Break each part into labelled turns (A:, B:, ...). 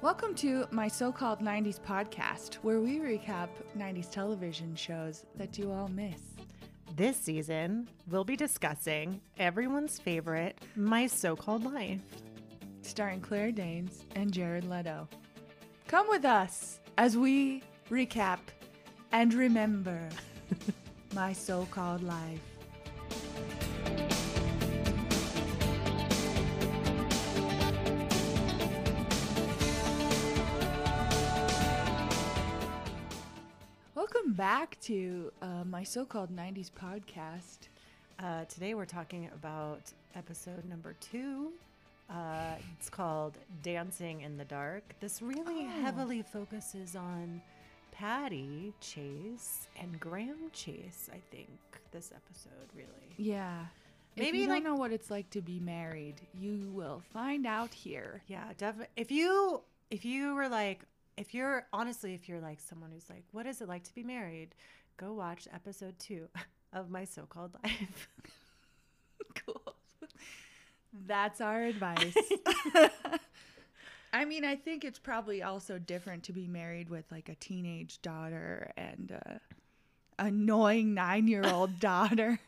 A: Welcome to my so called 90s podcast, where we recap 90s television shows that you all miss.
B: This season, we'll be discussing everyone's favorite My So Called Life.
A: Starring Claire Danes and Jared Leto. Come with us as we recap and remember my so called life. Welcome back to uh, my so called 90s podcast.
B: Uh, today, we're talking about episode number two. Uh, it's called Dancing in the Dark. This really
A: Oh.
B: heavily focuses on Patty Chase and Graham Chase, I think, this episode really.
A: Yeah. if
B: Maybe,
A: you
B: like-
A: don't know what it's like to be married, you will find out here.
B: Yeah, definitely. If you if you were like if you're honestly if you're like someone who's like what is it like to be married, go watch episode 2 of my so-called life.
A: cool. That's our advice. I mean, I think it's probably also different to be married with like a teenage daughter and a annoying 9-year-old daughter,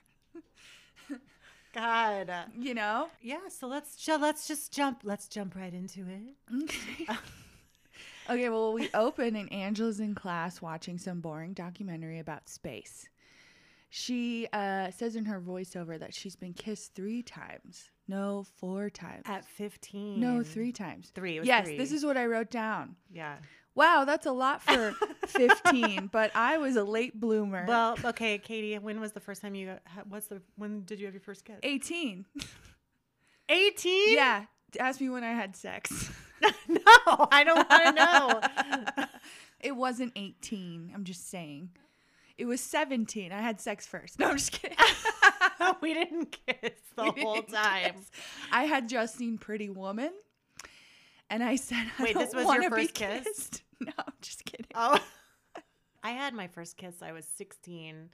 B: God.
A: you know?
B: Yeah, so let's ju- let's just jump let's jump right into it.
A: okay, well, we open and Angela's in class watching some boring documentary about space. She uh, says in her voiceover that she's been kissed three times. No, four times.
B: At 15.
A: no, three times.
B: Three, it was
A: yes,
B: three.
A: this is what I wrote down.
B: Yeah.
A: Wow, that's a lot for 15, but I was a late bloomer.
B: Well, okay, Katie, when was the first time you got, ha- what's the when did you have your first kiss?
A: 18.
B: 18?
A: Yeah, ask me when I had sex.
B: no, I don't want to know.
A: It wasn't 18, I'm just saying. It was 17. I had sex first. No, I'm just kidding.
B: we didn't kiss the
A: We
B: whole
A: didn't
B: time.
A: kiss. I had just seen Pretty Woman, and I said, I
B: Wait,
A: don't
B: this was your
A: wanna be
B: first kiss?
A: kissed. No, I'm just kidding.
B: Oh. I had my first kiss. I was 16.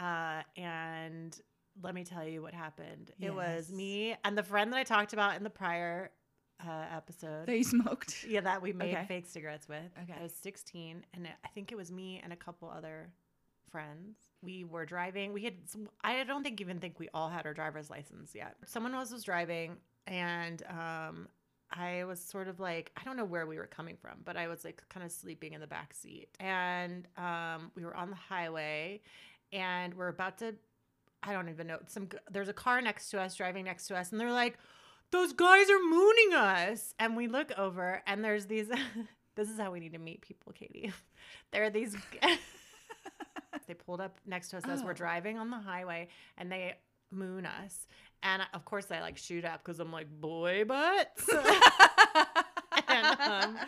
B: Uh, and let me tell you what happened. It was
A: Yes.
B: me and the friend that I talked about in the prior uh, episode.
A: They smoked.
B: yeah, that we made
A: Okay.
B: fake cigarettes with.
A: Okay.
B: I was 16, and I think it was me and a couple other friends. We were driving. We had, I don't think even think we all had our driver's license yet. Someone else was driving, and um, I was sort of like, I don't know where we were coming from, but I was like kind of sleeping in the back seat. And um, we were on the highway, and we're about to, I don't even know, some g- there's a car next to us driving next to us, and they're like, those guys are mooning us. And we look over, and there's these. this is how we need to meet people, Katie. there are these. g- they pulled up next to us as
A: Oh.
B: we're driving on the highway, and they moon us. And of course, I like shoot up because I'm like boy butts. um,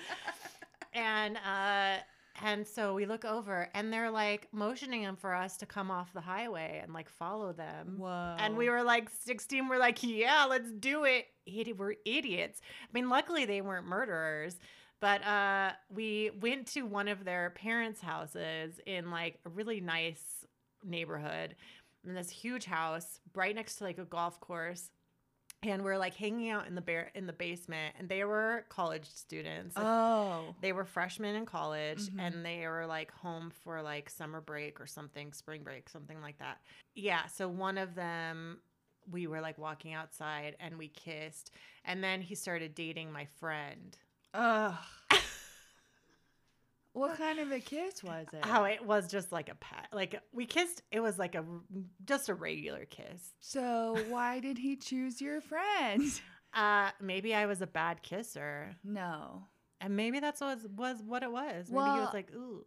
B: and uh, and so we look over, and they're like motioning them for us to come off the highway and like follow them.
A: Whoa.
B: And we were like 16. We're like, yeah, let's do it. Idi- we're idiots. I mean, luckily they weren't murderers, but uh, we went to one of their parents' houses in like a really nice neighborhood, in this huge house right next to like a golf course. And we're like hanging out in the bear in the basement, and they were college students. like,
A: Oh.
B: they were freshmen in college
A: Mhm.
B: and they were like home for like summer break or something, spring break, something like that. Yeah. So one of them, we were like walking outside and we kissed. And then he started dating my friend.
A: Ugh. what kind of a kiss was it?
B: Oh, it was just like a pat. Like we kissed, it was like a just a regular kiss.
A: so why did he choose your friend?
B: Uh, maybe I was a bad kisser.
A: No.
B: And maybe that's what was, was what it was. Maybe he
A: Well,
B: was like, ooh.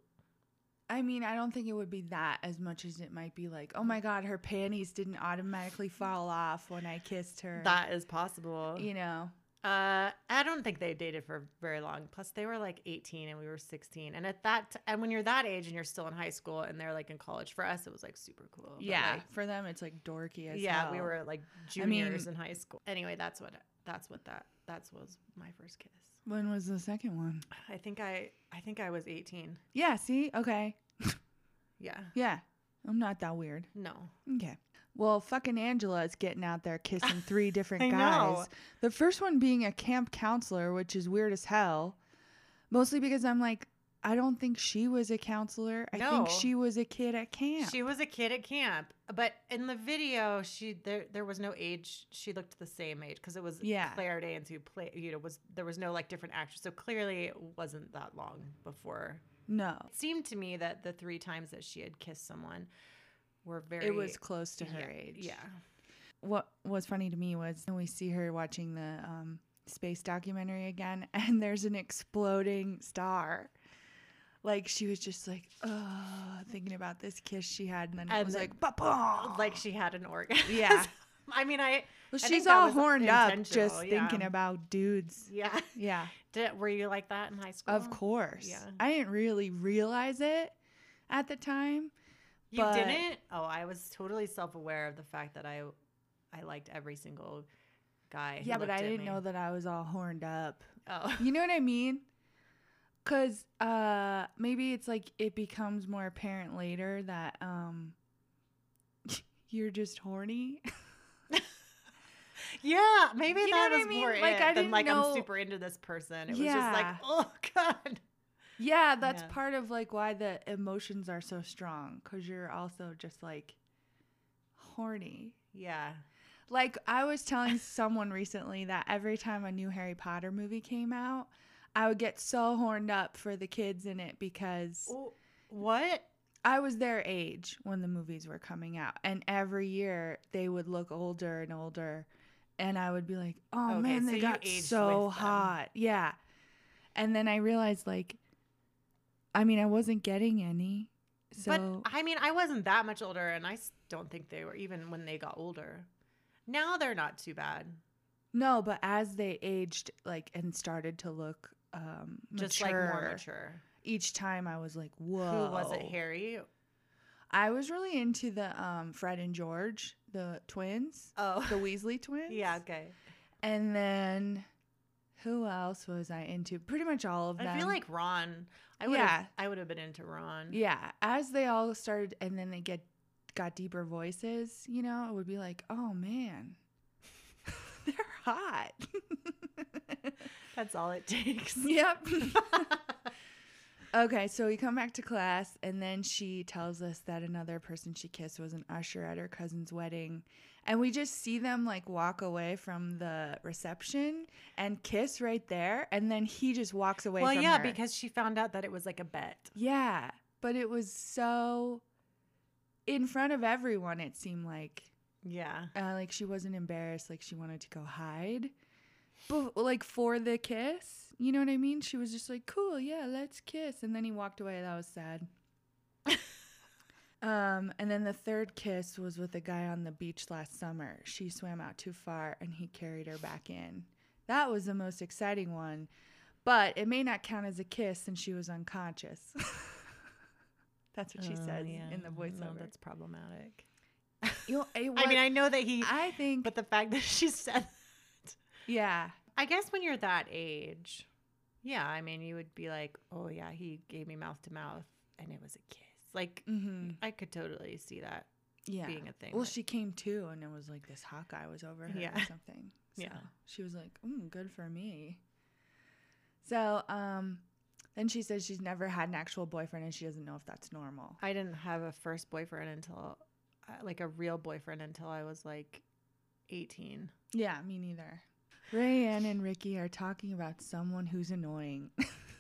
A: I mean, I don't think it would be that as much as it might be like, oh my God, her panties didn't automatically fall off when I kissed her.
B: That is possible.
A: you know.
B: Uh, I don't think they dated for very long. Plus, they were like 18 and we were 16. And at that, t- and when you're that age and you're still in high school and they're like in college, for us it was like super cool. but,
A: Yeah.
B: like,
A: for them, it's like dorky as
B: yeah,
A: hell.
B: we were like
A: I mean-
B: juniors in high school. Anyway, that's what that's what that that's was my first kiss.
A: When was the second one?
B: I think I I think I was 18.
A: Yeah. See. Okay.
B: Yeah,
A: Yeah. I'm not that weird.
B: no,
A: Okay. Well, fucking Angela is getting out there kissing three different
B: I
A: guys.
B: know.
A: The first one being a camp counselor, which is weird as hell. Mostly because I'm like, I don't think she was a counselor. I think
B: No.
A: she was a kid at camp.
B: She was a kid at camp, but in the video, she there there was no age. She looked the same age because it was
A: Yeah.
B: Claire Danes who played. You know, was there was no like different actors, so clearly it wasn't that long before.
A: no,
B: It seemed to me that the three times that she had kissed someone were very.
A: it was close to her
B: yeah,
A: age.
B: Yeah,
A: What was funny to me was when we see her watching the um, space documentary again, and there's an exploding star. Like she was just like, oh, thinking about this kiss she had, and then it
B: And
A: was
B: then-
A: like, ba
B: like she had an orgasm.
A: Yeah.
B: I mean, I
A: Well,
B: think
A: she's
B: that
A: all
B: was
A: horned up just
B: intentional, yeah.
A: thinking about dudes.
B: yeah.
A: Yeah,
B: Did, were you like that in high school?
A: of course.
B: yeah.
A: I didn't really realize it at the time.
B: You
A: but-
B: didn't? Oh, I was totally self-aware of the fact that I I liked every single guy. who
A: yeah, but
B: looked
A: I
B: at
A: didn't
B: me.
A: know that I was all horned up.
B: Oh.
A: You know what I mean? Cause uh, maybe it's like it becomes more apparent later that um, you're just horny.
B: Yeah, maybe
A: You know
B: that
A: what I
B: was
A: mean?
B: more
A: Like,
B: it
A: I
B: than
A: didn't
B: like
A: know-
B: I'm super into this person. It was just like, oh god.
A: yeah, that's
B: Yeah.
A: part of like why the emotions are so strong. Cause you're also just like horny.
B: Yeah.
A: Like I was telling someone recently that every time a new Harry Potter movie came out, I would get so horned up for the kids in it because
B: Oh, What?
A: I was their age when the movies were coming out, and every year they would look older and older, and I would be like, "Oh
B: Okay,
A: man,
B: so
A: they
B: you
A: got
B: aged
A: so
B: with them.
A: hot." Yeah, and then I realized like, I mean, I wasn't getting any, so
B: but I mean, I wasn't that much older and I s- don't think they were even when they got older. Now they're not too bad.
A: no. But as they aged, like, and started to look um, mature,
B: Just like more mature.
A: each time I was like, "Whoa!"
B: Who was it, Harry?
A: I was really into the um, Fred and George, the twins,
B: Oh.
A: the Weasley twins.
B: yeah, okay.
A: And then who else was I into? Pretty much all of them.
B: I feel like Ron. I would
A: Yeah.
B: have I would have been into Ron.
A: yeah, as they all started and then they get got deeper voices, you know, it would be like, "Oh man. They're hot."
B: That's all it takes.
A: yep. Okay, so we come back to class, and then she tells us that another person she kissed was an usher at her cousin's wedding. And we just see them like walk away from the reception and kiss right there. And then he just walks away
B: well,
A: from
B: yeah,
A: her.
B: because she found out that it was like a bet.
A: Yeah, but it was so in front of everyone, it seemed like.
B: Yeah.
A: Uh, like she wasn't embarrassed, like she wanted to go hide. But like for the kiss, you know what I mean? She was just like, "Cool, yeah, let's kiss." And then he walked away. That was sad. um, and then the third kiss was with a guy on the beach last summer. She swam out too far and he carried her back in. That was the most exciting one, but it may not count as a kiss since she was unconscious. that's what she
B: Oh,
A: says
B: yeah.
A: in the
B: No,
A: voiceover.
B: that's problematic.
A: You know, it
B: I mean,
A: was-
B: I know that he,
A: I think,
B: but the fact that she said,
A: yeah.
B: I guess when you're that age, yeah, I mean, you would be like, oh, yeah, he gave me mouth to mouth and it was a kiss. Like,
A: Mm-hmm.
B: I could totally see that
A: yeah.
B: being a thing.
A: well,
B: like-
A: she came to, and it was like this hot guy was over her or
B: Yeah.
A: something. So
B: Yeah.
A: she was like, mm, "Good for me." So, um, then she says she's never had an actual boyfriend, and she doesn't know if that's normal.
B: I didn't have a first boyfriend until, uh, like, a real boyfriend until I was like 18.
A: Yeah, me neither. Rayanne and Ricky are talking about someone who's annoying.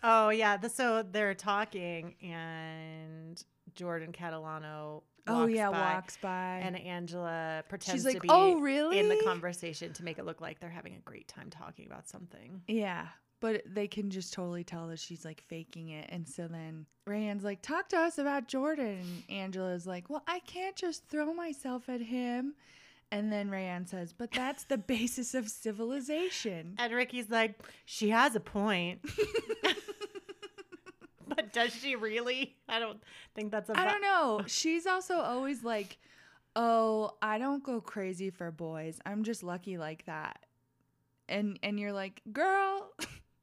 B: Oh yeah, the, so they're talking, and Jordan Catalano. Walks
A: oh yeah,
B: by,
A: walks by.
B: and Angela pretends
A: she's like,
B: to be
A: "Oh really?"
B: in the conversation to make it look like they're having a great time talking about something.
A: Yeah. But they can just totally tell that she's like faking it. And so then Rayanne's like, talk to us about Jordan. And Angela's like, well, I can't just throw myself at him. And then Rayanne says, but that's the basis of civilization.
B: And Ricky's like, she has a point, but does she really? I don't think that's a.
A: I don't know. She's also always like, oh, I don't go crazy for boys. I'm just lucky like that. And and you're like, girl,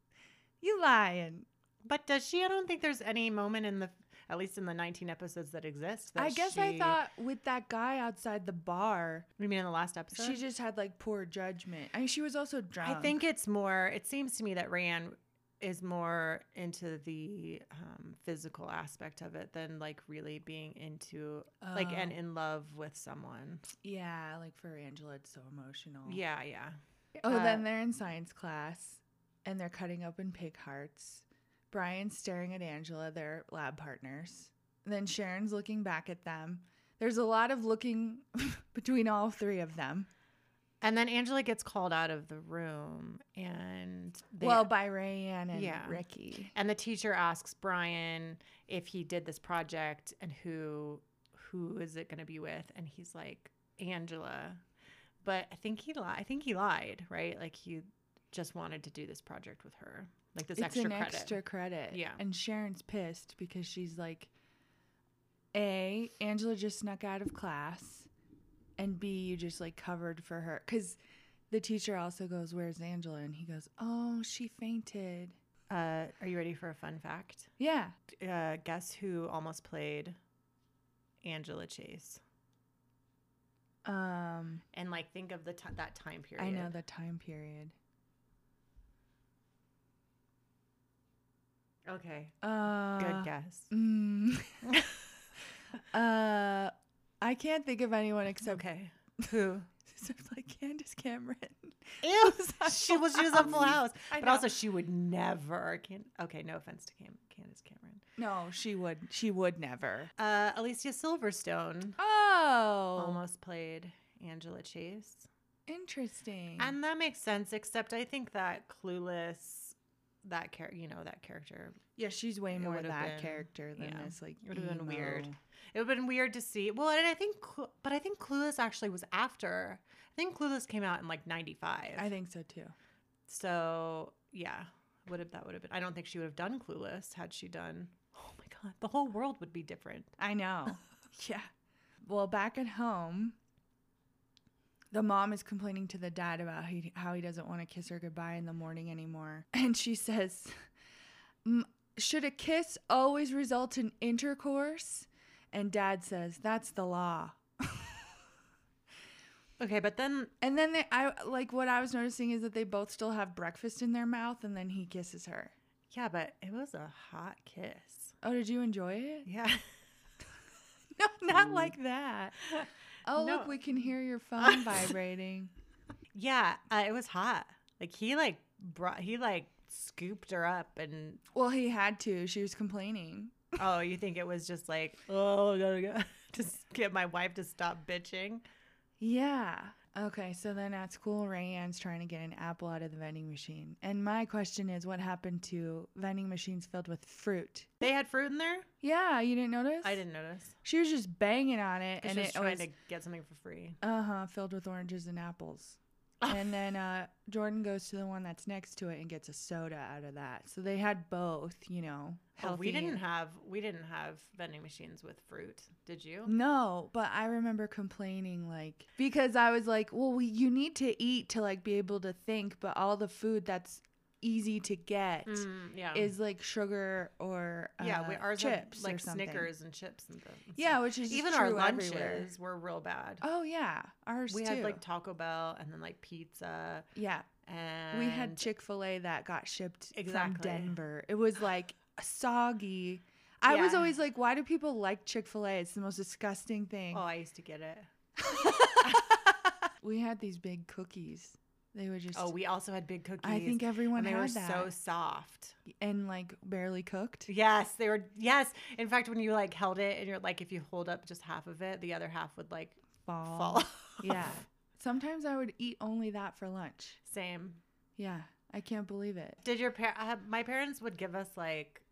A: you lying.
B: But does she? I don't think there's any moment in the, at least in the 19 episodes that exist. That
A: I guess I
B: she-
A: thought with that guy outside the bar,
B: You mean in the last episode? Um,
A: She just had like poor judgment. I mean, she was also drunk.
B: I think it's more. It seems to me that Rayanne is more into the um, physical aspect of it than like really being into like
A: Oh,
B: and in love with someone.
A: yeah, like for Angela, it's so emotional.
B: Yeah, yeah.
A: Oh,
B: Uh,
A: then they're in science class and they're cutting open pig hearts. Brian's staring at Angela, their lab partners. Then Sharon's looking back at them. There's a lot of looking between all three of them.
B: And then Angela gets called out of the room, and they,
A: well, by Rayanne and
B: Yeah.
A: Ricky.
B: and the teacher asks Brian if he did this project and who who is it going to be with, and he's like Angela, but I think he lied. I think he lied, right? Like he just wanted to do this project with her, like this
A: it's
B: extra
A: an
B: credit.
A: extra credit.
B: Yeah.
A: And Sharon's pissed because she's like, A, Angela just snuck out of class. And B, you just like covered for her. Because the teacher also goes, Where's Angela? And he goes, Oh, she fainted.
B: Uh, are you ready for a fun fact?
A: Yeah.
B: Uh, guess who almost played Angela Chase?
A: Um,
B: And like, think of the t- that time period.
A: I know the time period.
B: Okay,
A: Uh,
B: good guess.
A: mm, uh, I can't think of anyone except
B: okay, who?
A: except like Candace Cameron.
B: Ew, she was she was on Full House,
A: I
B: but
A: know.
B: also she would never. Can okay, no offense to Cam- Candace Cameron.
A: No, she would. She would never.
B: Uh, Alicia Silverstone
A: Oh,
B: almost played Angela Chase,
A: interesting.
B: and that makes sense. Except I think that clueless, that char- you know that character,
A: yeah, she's way
B: it
A: more
B: would've
A: that
B: been-
A: character than
B: yeah.
A: this. Like,
B: It would've been weird.
A: emo.
B: it would have been weird to see. Well, and I think, Clu- but I think Clueless actually was after. I think Clueless came out in like '95.
A: I think so too.
B: So yeah, would have that would have been. I don't think she would have done Clueless had she done. Oh my god, the whole world would be different.
A: I know. yeah. Well, back at home, the mom is complaining to the dad about he, how he doesn't want to kiss her goodbye in the morning anymore. And she says, "M- Should a kiss always result in intercourse? And dad says, That's the law.
B: Okay, but then
A: And then they, I like what I was noticing is that they both still have breakfast in their mouth, and then he kisses her.
B: yeah, but it was a hot kiss.
A: Oh, did you enjoy it?
B: Yeah.
A: No, not like that. Oh,
B: No.
A: look, we can hear your phone vibrating.
B: yeah, uh, it was hot. Like he like brought he like scooped her up and
A: Well, he had to. She was complaining.
B: oh, you think it was just like, oh, gotta go just get my wife to stop bitching.
A: Yeah. Okay, so then at school, Rayanne's trying to get an apple out of the vending machine. And my question is, what happened to vending machines filled with fruit?
B: They had fruit in there?
A: Yeah, you didn't notice?
B: I didn't notice.
A: She was just banging on it,
B: And
A: and
B: just
A: it
B: trying
A: was
B: to get something for free.
A: uh huh filled with oranges and apples. and then uh, Jordan goes to the one that's next to it and gets a soda out of that. So they had both, you know.
B: Oh,
A: Healthy.
B: we didn't have we didn't have vending machines with fruit. Did you?
A: No, but I remember complaining like because I was like, well, we, you need to eat to like be able to think, but all the food that's easy to get
B: Mm, yeah.
A: is like sugar or uh,
B: yeah, we, ours had,
A: chips
B: like
A: or something.
B: Snickers and chips and stuff. and
A: Yeah,
B: stuff.
A: which is
B: even
A: true
B: our lunches
A: everywhere.
B: were real bad.
A: Oh yeah, ours
B: we
A: too.
B: had like Taco Bell and then like pizza
A: yeah,
B: and
A: we had Chick Fil A that got shipped
B: Exactly.
A: from Denver. It was like soggy. I was
B: Yeah.
A: always like, why do people like Chick Fil A? It's the most disgusting thing.
B: Oh, I used to get it.
A: We had these big cookies. They were just.
B: Oh, we also had big cookies.
A: I think everyone
B: and they
A: had
B: were
A: that.
B: so soft.
A: and like barely cooked.
B: Yes, they were. Yes, in fact, when you like held it and you're like, if you hold up just half of it, the other half would like
A: Fall.
B: fall.
A: Yeah. Sometimes I would eat only that for lunch.
B: Same.
A: Yeah. I can't believe it.
B: Did your par- uh, my parents would give us like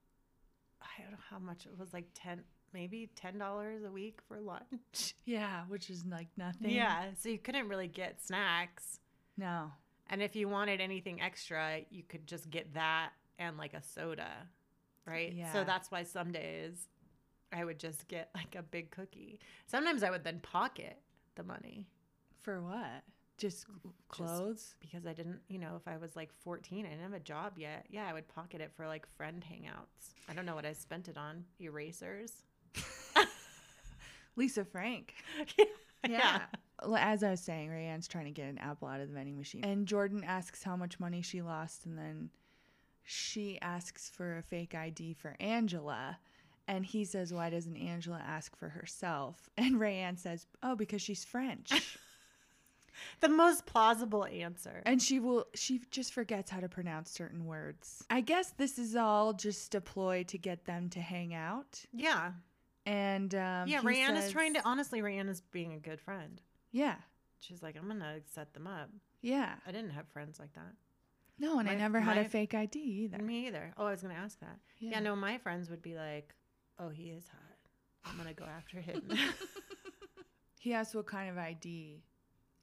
B: I don't know how much it was like 10 maybe $10 a week for lunch.
A: Yeah, which is like nothing.
B: Yeah, so you couldn't really get snacks.
A: No.
B: And if you wanted anything extra, you could just get that and like a soda, right?
A: Yeah.
B: So that's why some days I would just get like a big cookie. Sometimes I would then pocket the money
A: For what? Just cl- clothes?
B: because I didn't, you know, if I was like 14, I didn't have a job yet. Yeah, I would pocket it for like friend hangouts. I don't know what I spent it on. Erasers.
A: Lisa Frank.
B: yeah.
A: Well, As I was saying, Rayanne's trying to get an apple out of the vending machine. And Jordan asks how much money she lost. And then she asks for a fake ID for Angela. And he says, Why doesn't Angela ask for herself? And Rayanne says, Oh, because she's French.
B: The most plausible answer.
A: and she will, she just forgets how to pronounce certain words. I guess this is all just a ploy to get them to hang out.
B: yeah.
A: And um,
B: yeah,
A: he
B: Rayanne is
A: says-
B: trying to honestly Rayanne is being a good friend.
A: Yeah.
B: She's like, I'm gonna set them up.
A: Yeah.
B: I didn't have friends like that.
A: No, and I
B: My-
A: never had a
B: my-
A: fake ID either.
B: Me either. Oh, I was gonna ask that. Yeah.
A: Yeah.
B: no, my friends would be like, Oh, he is hot. I'm gonna go after him.
A: He asked what kind of ID,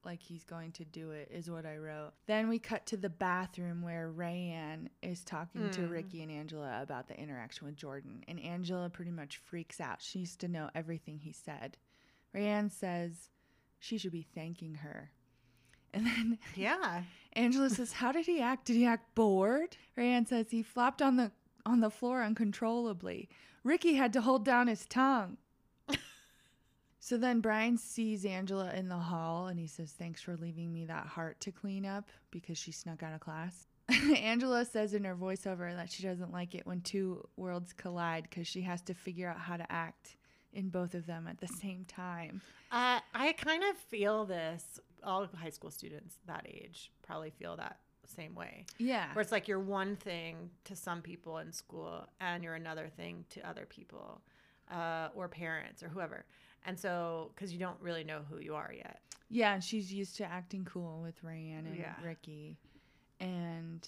A: like he's going to do it, is what I wrote. Then we cut to the bathroom where Rayanne is talking to
B: Mm.
A: Ricky and Angela about the interaction with Jordan. And Angela pretty much freaks out. She used to know everything he said. Rayanne says she should be thanking her. And then
B: yeah.
A: Angela says, "How did he act? Did he act bored?" Rayanne says he flopped on the on the floor uncontrollably. Ricky had to hold down his tongue. so then Brian sees Angela in the hall and he says, "Thanks for leaving me that heart to clean up because she snuck out of class." Angela says in her voiceover that she doesn't like it when two worlds collide because she has to figure out how to act in both of them at the same time.
B: Uh, I kind of feel this. All high school students that age probably feel that same way.
A: Yeah.
B: Where it's like you're one thing to some people in school and you're another thing to other people uh, or parents or whoever. And so, because you don't really know who you are yet.
A: Yeah, and she's used to acting cool with Rayanne and
B: Yeah.
A: Ricky and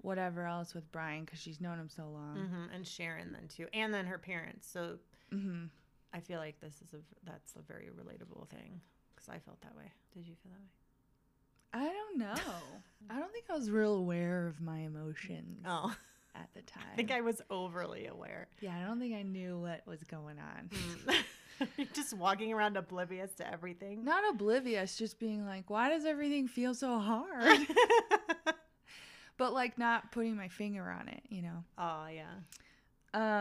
A: whatever else with Brian because she's known him so long.
B: hmm And Sharon, then too. And then her parents. So
A: hmm
B: I feel like this is a, that's a very relatable thing because I felt that way. Did you feel that way?
A: I don't know. I don't think I was real aware of my emotions
B: Oh,
A: at the time.
B: I think I was overly aware.
A: yeah, I don't think I knew what was going on.
B: Mm. Just walking around oblivious to everything.
A: Not oblivious, just being like, why does everything feel so hard? but like not putting my finger on it, you know?
B: oh yeah.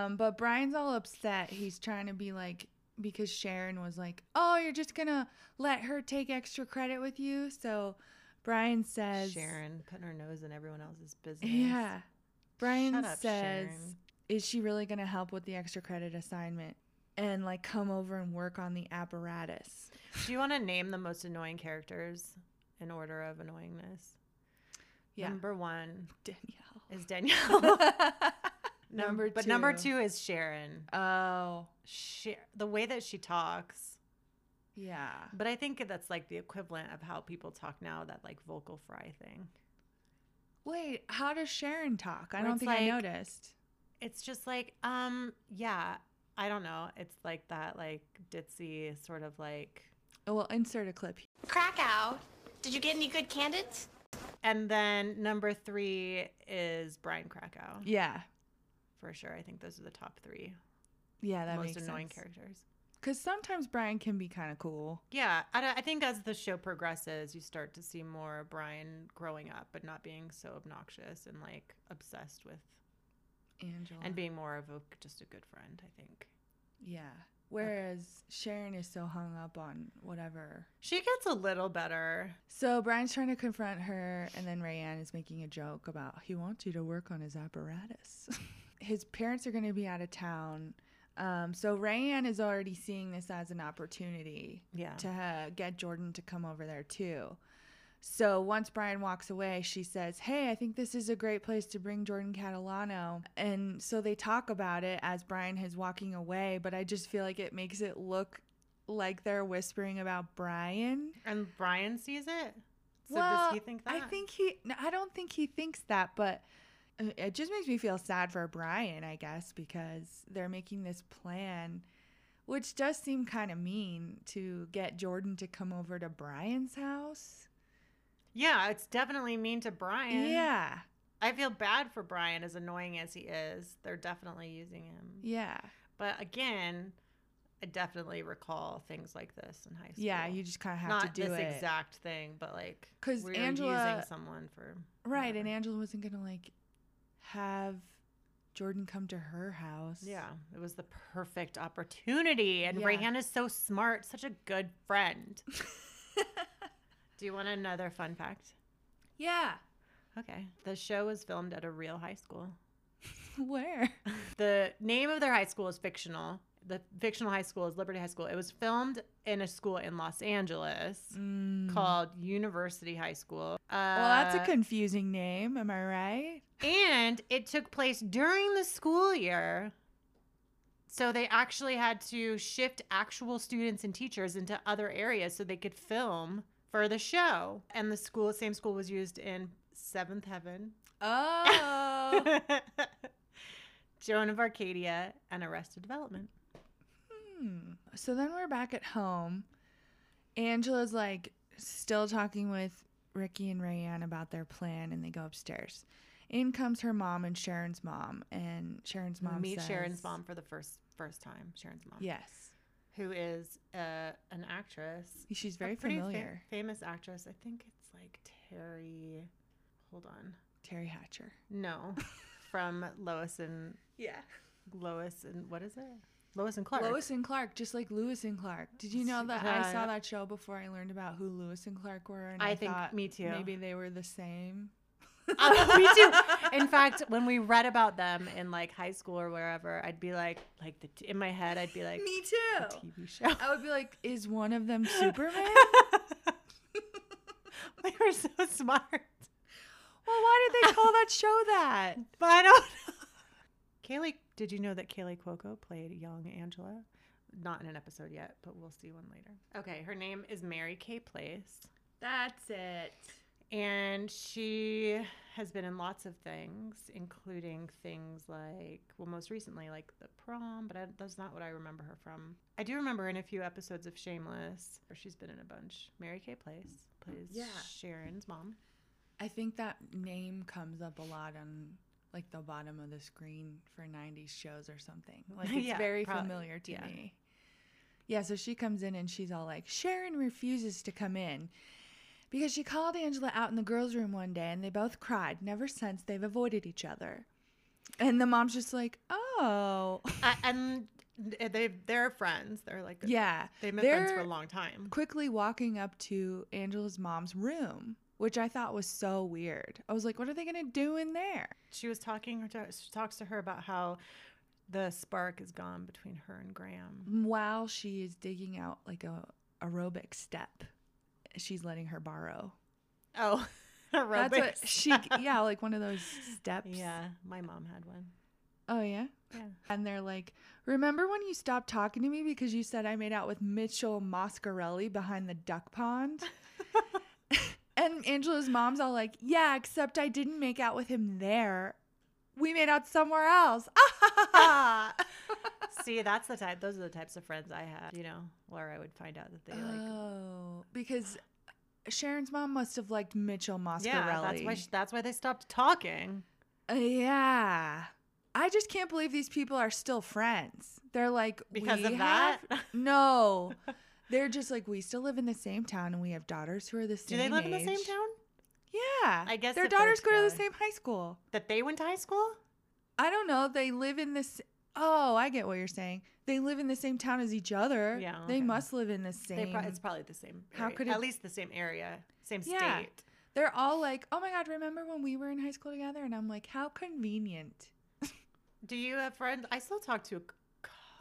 A: Um, but Brian's all upset. He's trying to be like because Sharon was like, "Oh, you're just gonna let her take extra credit with you." So Brian says,
B: Sharon putting her nose in everyone else's business.
A: "Yeah." Brian
B: Shut up,
A: says,
B: Sharon.
A: "Is she really gonna help with the extra credit assignment and like come over and work on the apparatus?"
B: Do you want to name the most annoying characters in order of annoyingness?
A: Yeah,
B: Number one
A: Danielle.
B: is Danielle. Num-
A: Number
B: but number
A: two.
B: two is Sharon.
A: Oh,
B: She, the way that she talks,
A: yeah.
B: but I think that's like the equivalent of how people talk now. That like vocal fry thing.
A: Wait, how does Sharon talk? I
B: Where
A: don't
B: it's
A: think I
B: like-
A: noticed.
B: It's just like, um, yeah, I don't know. It's like that, like ditzy sort of like,
A: Oh, well, insert a clip.
C: Krakow, did you get any good candidates?
B: and then number three is Brian Krakow
A: Yeah,
B: for sure. I think those are the top three
A: yeah, that
B: most
A: makes
B: annoying
A: sense.
B: characters.
A: Because sometimes Brian can be kind of cool.
B: Yeah, I, don't- I think as the show progresses, you start to see more Brian growing up, but not being so obnoxious and like obsessed with,
A: Angela.
B: and being more of a just a good friend. I think
A: yeah. Whereas Sharon is so hung up on whatever.
B: she gets a little better.
A: So Brian's trying to confront her, and then Rayanne is making a joke about he wants you to work on his apparatus. his parents are going to be out of town. Um, so Rayanne is already seeing this as an opportunity
B: Yeah,
A: to uh, get Jordan to come over there too. So once Brian walks away, she says, Hey, I think this is a great place to bring Jordan Catalano. And so they talk about it as Brian is walking away, but I just feel like it makes it look like they're whispering about Brian.
B: and Brian sees it. So does he think that?
A: I think he, no, I don't think he thinks that, but uh, it just makes me feel sad for Brian, I guess, because they're making this plan, which does seem kind of mean to get Jordan to come over to Brian's house.
B: Yeah, it's definitely mean to Brian.
A: Yeah.
B: I feel bad for Brian, as annoying as he is. They're definitely using him.
A: Yeah.
B: But again, I definitely recall things like this in high school.
A: Yeah. You just kind of have
B: Not
A: to do
B: this
A: it.
B: exact thing, but like
A: 'Cause
B: we're
A: Angela-
B: using someone for
A: right. And
B: whatever.
A: Angela wasn't going to like have Jordan come to her house.
B: yeah, it was the perfect opportunity. And
A: Yeah.
B: Rayhan is so smart, such a good friend. do you want another fun fact?
A: Yeah.
B: Okay. The show was filmed at a real high school.
A: Where?
B: The name of their high school is fictional. The fictional high school is Liberty High School. It was filmed in a school in Los Angeles
A: Mm.
B: called University High School. Uh,
A: Well, that's a confusing name. Am I right?
B: And it took place during the school year. So they actually had to shift actual students and teachers into other areas so they could film for the show. And the school, same school, was used in Seventh Heaven,
A: Oh.
B: Joan of Arcadia, and Arrested Development.
A: Hmm. So then we're back at home. Angela's like still talking with Ricky and Rayanne about their plan, and they go upstairs. In comes her mom and Sharon's mom, and Sharon's mom
B: Meet
A: says-
B: Sharon's mom for the first first time. Sharon's mom,
A: Yes,
B: who is uh, an actress
A: she's
B: a
A: very
B: pretty fa-
A: familiar.
B: famous actress. I think it's like Terry. Hold on.
A: Terry Hatcher.
B: No, from Lois and
A: Yeah,
B: Lois and what is it? Lois and Clark.
A: Lois and Clark, just like Lewis and Clark. Did you know that I
B: Yeah,
A: saw
B: yeah.
A: that show before I learned about who Lewis and Clark were? And
B: I think
A: thought
B: me too.
A: Maybe they were the same.
B: Uh, me too. In fact, when we read about them in like high school or wherever, I'd be like, like the t- in my head, I'd be like,
A: me
B: "The
A: too.
B: TV show.
A: I would be like, is one of them Superman?
B: we were so smart.
A: Well, why did they call that show that?
B: But I don't know. Kaylee, did you know that Kaylee Cuoco played young Angela? Not in an episode yet, but we'll see one later. Okay, her name is Mary Kay Place.
A: That's it.
B: And she has been in lots of things, including things like, well, most recently, like the prom, but I, that's not what I remember her from. I do remember her in a few episodes of Shameless, where she's been in a bunch. Mary Kay Place plays
A: Yeah.
B: Sharon's mom.
A: I think that name comes up a lot on like the bottom of the screen for 90s shows or something. Like it's
B: Yeah,
A: very
B: probably.
A: familiar to
B: Yeah.
A: me. Yeah, so she comes in and she's all like, Sharon refuses to come in because she called Angela out in the girls' room one day and they both cried. Never since they've avoided each other. And the mom's just like, oh.
B: Uh, and they, they're friends. They're like,
A: yeah.
B: they've been friends for
A: they're-
B: a long time.
A: quickly walking up to Angela's mom's room, which I thought was so weird. I was like, what are they going to do in there?
B: She was talking, to, she talks to her about how the spark is gone between her and
A: Mm.
B: Graham.
A: While she is digging out like a aerobic step, she's letting her borrow.
B: Oh,
A: That's
B: aerobics.
A: what she yeah, like one of those steps.
B: Yeah, my mom had one.
A: Oh yeah.
B: Yeah.
A: And they're like, "Remember when you stopped talking to me because you said I made out with Mitchell Moscarelli behind the duck pond?" and Angela's mom's all like, "Yeah, except I didn't make out with him there. We made out somewhere else."
B: See, that's the type. Those are the types of friends I had. You know, where I would find out that they like.
A: oh, because Sharon's mom must have liked Mitchell Moscarelli.
B: Yeah, that's why. She, that's why they stopped talking.
A: Uh, yeah. I just can't believe these people are still friends. They're like
B: Because
A: we
B: of that?
A: have- no, they're just like we still live in the same town and we have daughters who are the
B: Do
A: same.
B: they live in the same
A: age."
B: town?
A: Yeah,
B: I guess
A: their
B: if they're
A: daughters go to the
B: together.
A: same high school.
B: That they went to high school?
A: I don't know. They live in this. Oh, I get what you're saying. They live in the same town as each other.
B: Yeah,
A: they
B: okay.
A: must live in the
B: They
A: same.
B: pro- it's probably the same.
A: How
B: area-
A: could it-
B: at least the same area, same
A: Yeah.
B: state.
A: They're all like, oh my god, remember when we were in high school together? And I'm like, how convenient.
B: Do you have friends? I still talk to a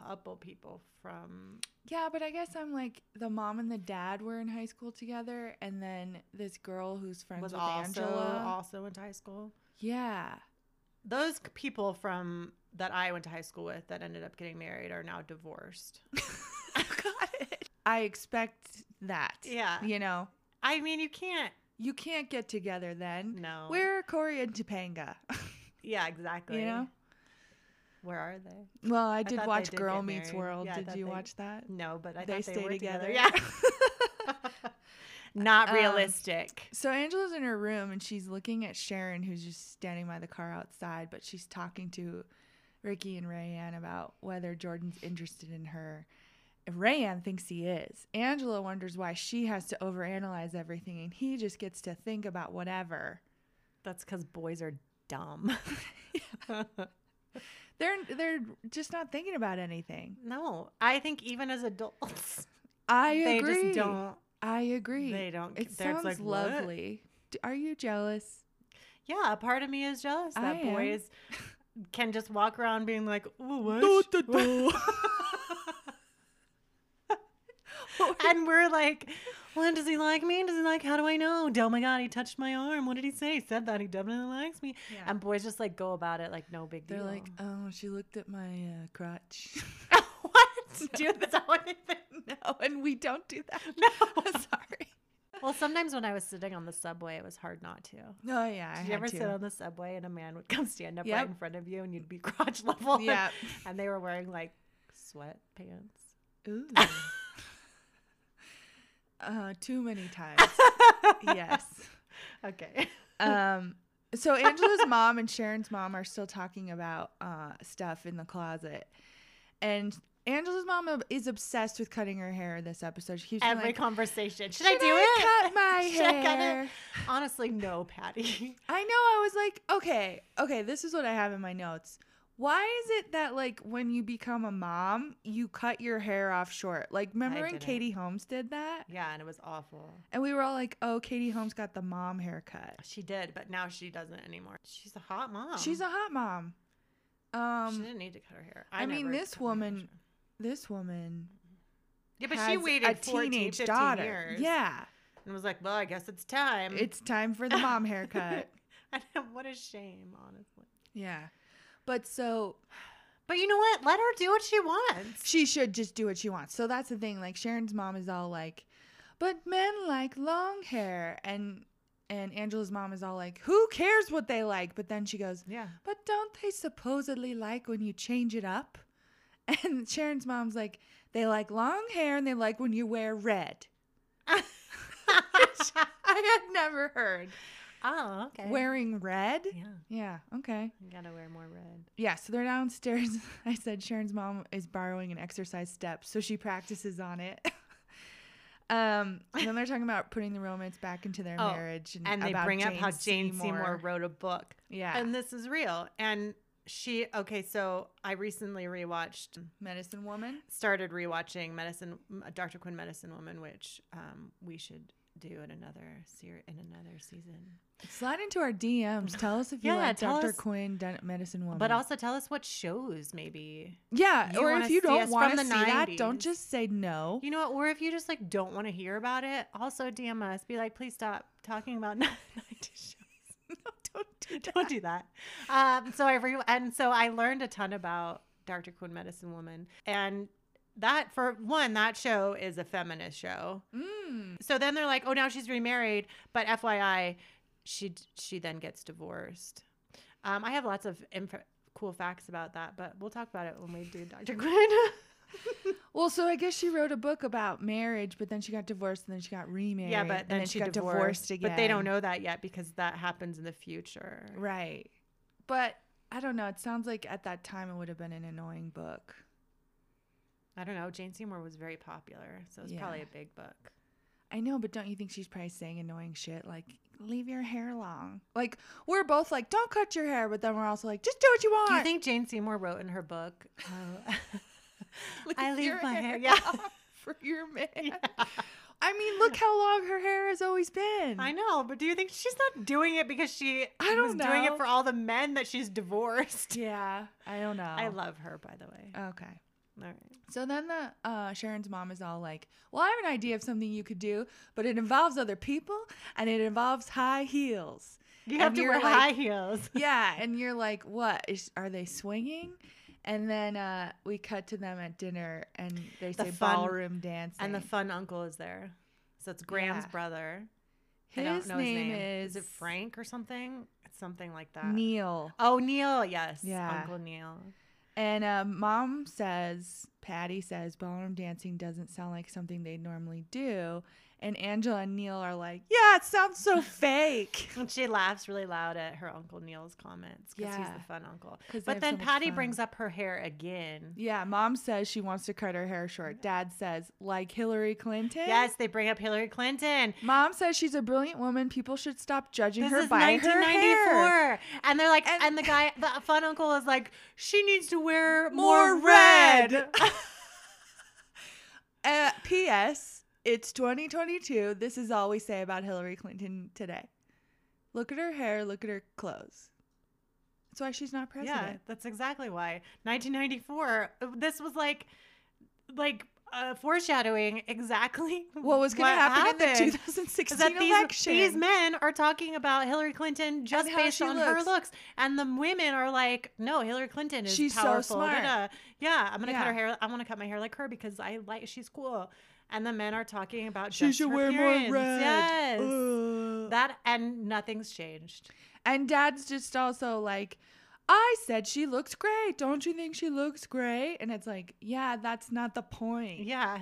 B: couple people from.
A: Yeah, but I guess I'm like the mom and the dad were in high school together, and then this girl who's friends
B: was
A: with
B: also
A: Angela.
B: also went to high school.
A: yeah,
B: those c- people from that I went to high school with that ended up getting married are now divorced.
A: I expect that.
B: Yeah.
A: you know,
B: I mean, you can't.
A: you can't get together then.
B: No.
A: Where are Corey and Topanga?
B: Yeah, exactly.
A: You know?
B: Where are they?
A: well, I did
B: thought they
A: watch
B: did
A: Girl
B: get
A: Meets
B: married.
A: World.
B: Yeah, I
A: did
B: thought
A: you
B: they-
A: watch that?
B: No, but I
A: They
B: thought
A: stay
B: they were together.
A: together.
B: Yeah. Not
A: Um,
B: realistic.
A: So Angela's in her room and she's looking at Sharon, who's just standing by the car outside, but she's talking to Ricky and Rayanne about whether Jordan's interested in her. Rayanne thinks he is. Angela wonders why she has to overanalyze everything and he just gets to think about whatever.
B: That's because boys are dumb.
A: They're they're just not thinking about anything.
B: no, I think even as adults,
A: I
B: they
A: agree.
B: just don't.
A: I agree.
B: They don't.
A: It
B: they're
A: sounds
B: like, what?
A: lovely. D Are you jealous?
B: yeah, a part of me is jealous
A: I
B: that
A: am.
B: boys can just walk around being like, "Ooh, what?" and we're like, well, does he like me? Does he like? How do I know? Oh my god, he touched my arm. What did he say? He said that he definitely likes me.
A: Yeah.
B: And boys just like go about it like "Uh, no big
A: They're
B: deal.
A: like, oh, she looked at my uh, crotch.
B: what? Dude, that's how I think.
A: no, and we don't do that.
B: No.
A: sorry.
B: Well, sometimes when I was sitting on the subway, it was hard not to.
A: Oh yeah, I
B: Did
A: had
B: you ever
A: to.
B: sit on the subway and a man would come stand up
A: Yep.
B: right in front of you and you'd be crotch level?
A: Yep.
B: and they were wearing like sweatpants.
A: Ooh. uh, too many times. yes.
B: Okay.
A: Um. So Angela's mom and Sharon's mom are still talking about uh, stuff in the closet, and Angela's mom ob- is obsessed with cutting her hair. This episode, she keeps being
B: Every
A: like,
B: conversation. Should, I
A: "Should
B: do it?
A: Cut my
B: Should I cut it?
A: hair.
B: Honestly, no, Patty.
A: I know. I was like, okay, okay, this is what I have in my notes. Why is it that like when you become a mom, you cut your hair off short? Like, remember when
B: didn't.
A: Katie Holmes did that?
B: Yeah, and it was awful.
A: And we were all like, oh, Katie Holmes got the mom haircut.
B: She did, but now she doesn't anymore. She's a hot mom.
A: She's a hot mom.
B: she
A: Um,
B: didn't need to cut her hair.
A: I mean,
B: never
A: this
B: cut my hair
A: woman
B: short.
A: this woman
B: Yeah, but
A: has
B: she waited
A: a
B: 14,
A: teenage
B: 15
A: daughter.
B: years
A: Yeah,
B: and was like, "Well, I guess it's time."
A: it's time for the mom haircut.
B: And what a shame, honestly.
A: Yeah, but so
B: But you know what? Let her do what she wants.
A: she should just do what she wants. So that's the thing. Like Sharon's mom is all like, "But men like long hair," and and Angela's mom is all like, "Who cares what they like?" But then she goes,
B: Yeah.
A: "But don't they supposedly like when you change it up?" And Sharon's mom's like, "They like long hair and they like when you wear red." I had never heard
B: oh, okay.
A: wearing red.
B: Yeah,
A: Yeah. Okay.
B: you gotta wear more red.
A: Yeah. So they're downstairs. I said Sharon's mom is borrowing an exercise step, so she practices on it. um. And then they're talking about putting the romance back into their
B: Oh,
A: marriage, and,
B: And they
A: Mm, about
B: bring up how
A: Jane
B: Jane Seymour. wrote a book,
A: Yeah.
B: and this is real. And she, okay, so I recently rewatched
A: Medicine Woman.
B: started rewatching Medicine M- Dr. Quinn Medicine Woman, which um, we should do in another series in another season.
A: Slide into our DMs. Tell us if you
B: Yeah,
A: like
B: tell
A: Dr.
B: us-
A: Quinn, Den- Medicine Woman.
B: But also tell us what shows maybe.
A: yeah.
B: you
A: or
B: wanna
A: if you
B: see us
A: don't
B: from
A: want to
B: the
A: see that,
B: 90s.
A: don't just say no.
B: You know what? Or if you just like don't want to hear about it, also DM us. Be like, please stop talking about 90 shows.
A: no, don't do that.
B: Don't do that. Um, so I re- and so I learned a ton about Dr. Quinn Medicine Woman. And that for one, that show is a feminist show.
A: Mm.
B: So then they're like, "Oh, now she's remarried." But FYI, she she then gets divorced. Um, I have lots of inf- cool facts about that, but we'll talk about it when we do Dr. Quinn.
A: Well, so I guess she wrote a book about marriage, but then she got divorced, and then she got remarried.
B: yeah, but then,
A: and then
B: she,
A: got divorced again.
B: But they don't know that yet because that happens in the future.
A: Right. But I don't know. It sounds like at that time it would have been an annoying book.
B: I don't know. Jane Seymour was very popular, so it's
A: Yeah.
B: probably a big book.
A: I know, but don't you think she's probably saying annoying shit like, leave your hair long? Like, we're both like, don't cut your hair, but then we're also like, just do what you want.
B: Do you think Jane Seymour wrote in her book? Uh, I leave
A: your
B: my hair. Yeah.
A: long For your man. I mean, look how long her hair has always been.
B: I know, but do you think she's not doing it because she
A: I
B: was
A: don't
B: doing
A: know.
B: it for all the men that she's divorced?
A: Yeah. I don't know.
B: I love her, by the way.
A: Okay.
B: All right.
A: So then the uh, Sharon's mom is all like, "Well, I have an idea of something you could do, but it involves other people and it involves high heels."
B: You
A: And
B: have to
A: you're
B: wear
A: like-
B: high heels.
A: Yeah, and you're like, "What is? Are they swinging?" And then uh, we cut to them at dinner, and they
B: The
A: say
B: fun-
A: ballroom dancing.
B: And the fun uncle is there. So it's Graham's
A: Yeah.
B: brother.
A: his
B: I don't know
A: name,
B: his name. Is it
A: is
B: Frank or something? It's something like that.
A: Neil.
B: Oh, Neil. Yes.
A: Yeah.
B: Uncle Neil.
A: And uh, mom says, Patty says, ballroom dancing doesn't sound like something they normally do. And Angela and Neil are like, "Yeah, it sounds so fake."
B: And she laughs really loud at her Uncle Neil's comments because he's
A: Yeah.
B: the fun uncle.
A: 'Cause they
B: But
A: have so
B: then
A: much
B: Patty
A: fun.
B: brings up her hair again.
A: Yeah, mom says she wants to cut her hair short. Dad says, like Hillary Clinton.
B: Yes, they bring up Hillary Clinton.
A: Mom says she's a brilliant woman. People should stop judging
B: This
A: her
B: is
A: by her hair.
B: 1994. And they're like,
A: And-
B: and, the guy, the fun uncle is like, she needs to wear
A: More
B: more, red.
A: red. Uh, P.S. It's 2022. This is all we say about Hillary Clinton today. Look at her hair. Look at her clothes. That's why she's not
B: Yeah,
A: president.
B: that's exactly why. 1994. uh, This was like, like uh, foreshadowing exactly
A: What was going to happen in the
B: happened. Is
A: 2016
B: that these,
A: election?
B: these men are talking about Hillary Clinton just
A: how
B: based
A: she
B: on her
A: looks.
B: looks, and the women are like, "No, Hillary Clinton is
A: She's so
B: powerful."
A: smart.
B: da-da. Yeah, I'm gonna cut
A: Yeah.
B: her hair. I want to cut my hair like her because I like she's cool. And the men are talking about
A: she
B: just
A: should
B: her
A: wear
B: appearance.
A: more red.
B: Yes,
A: Ugh.
B: that and nothing's changed.
A: And dad's just also like, I said she looks great. Don't you think she looks great? And it's like, yeah, that's not the point.
B: Yeah,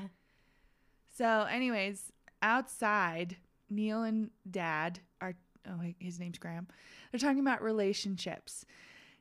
A: So, anyways, outside, Neil and dad are, oh, wait, his name's Graham. They're talking about relationships.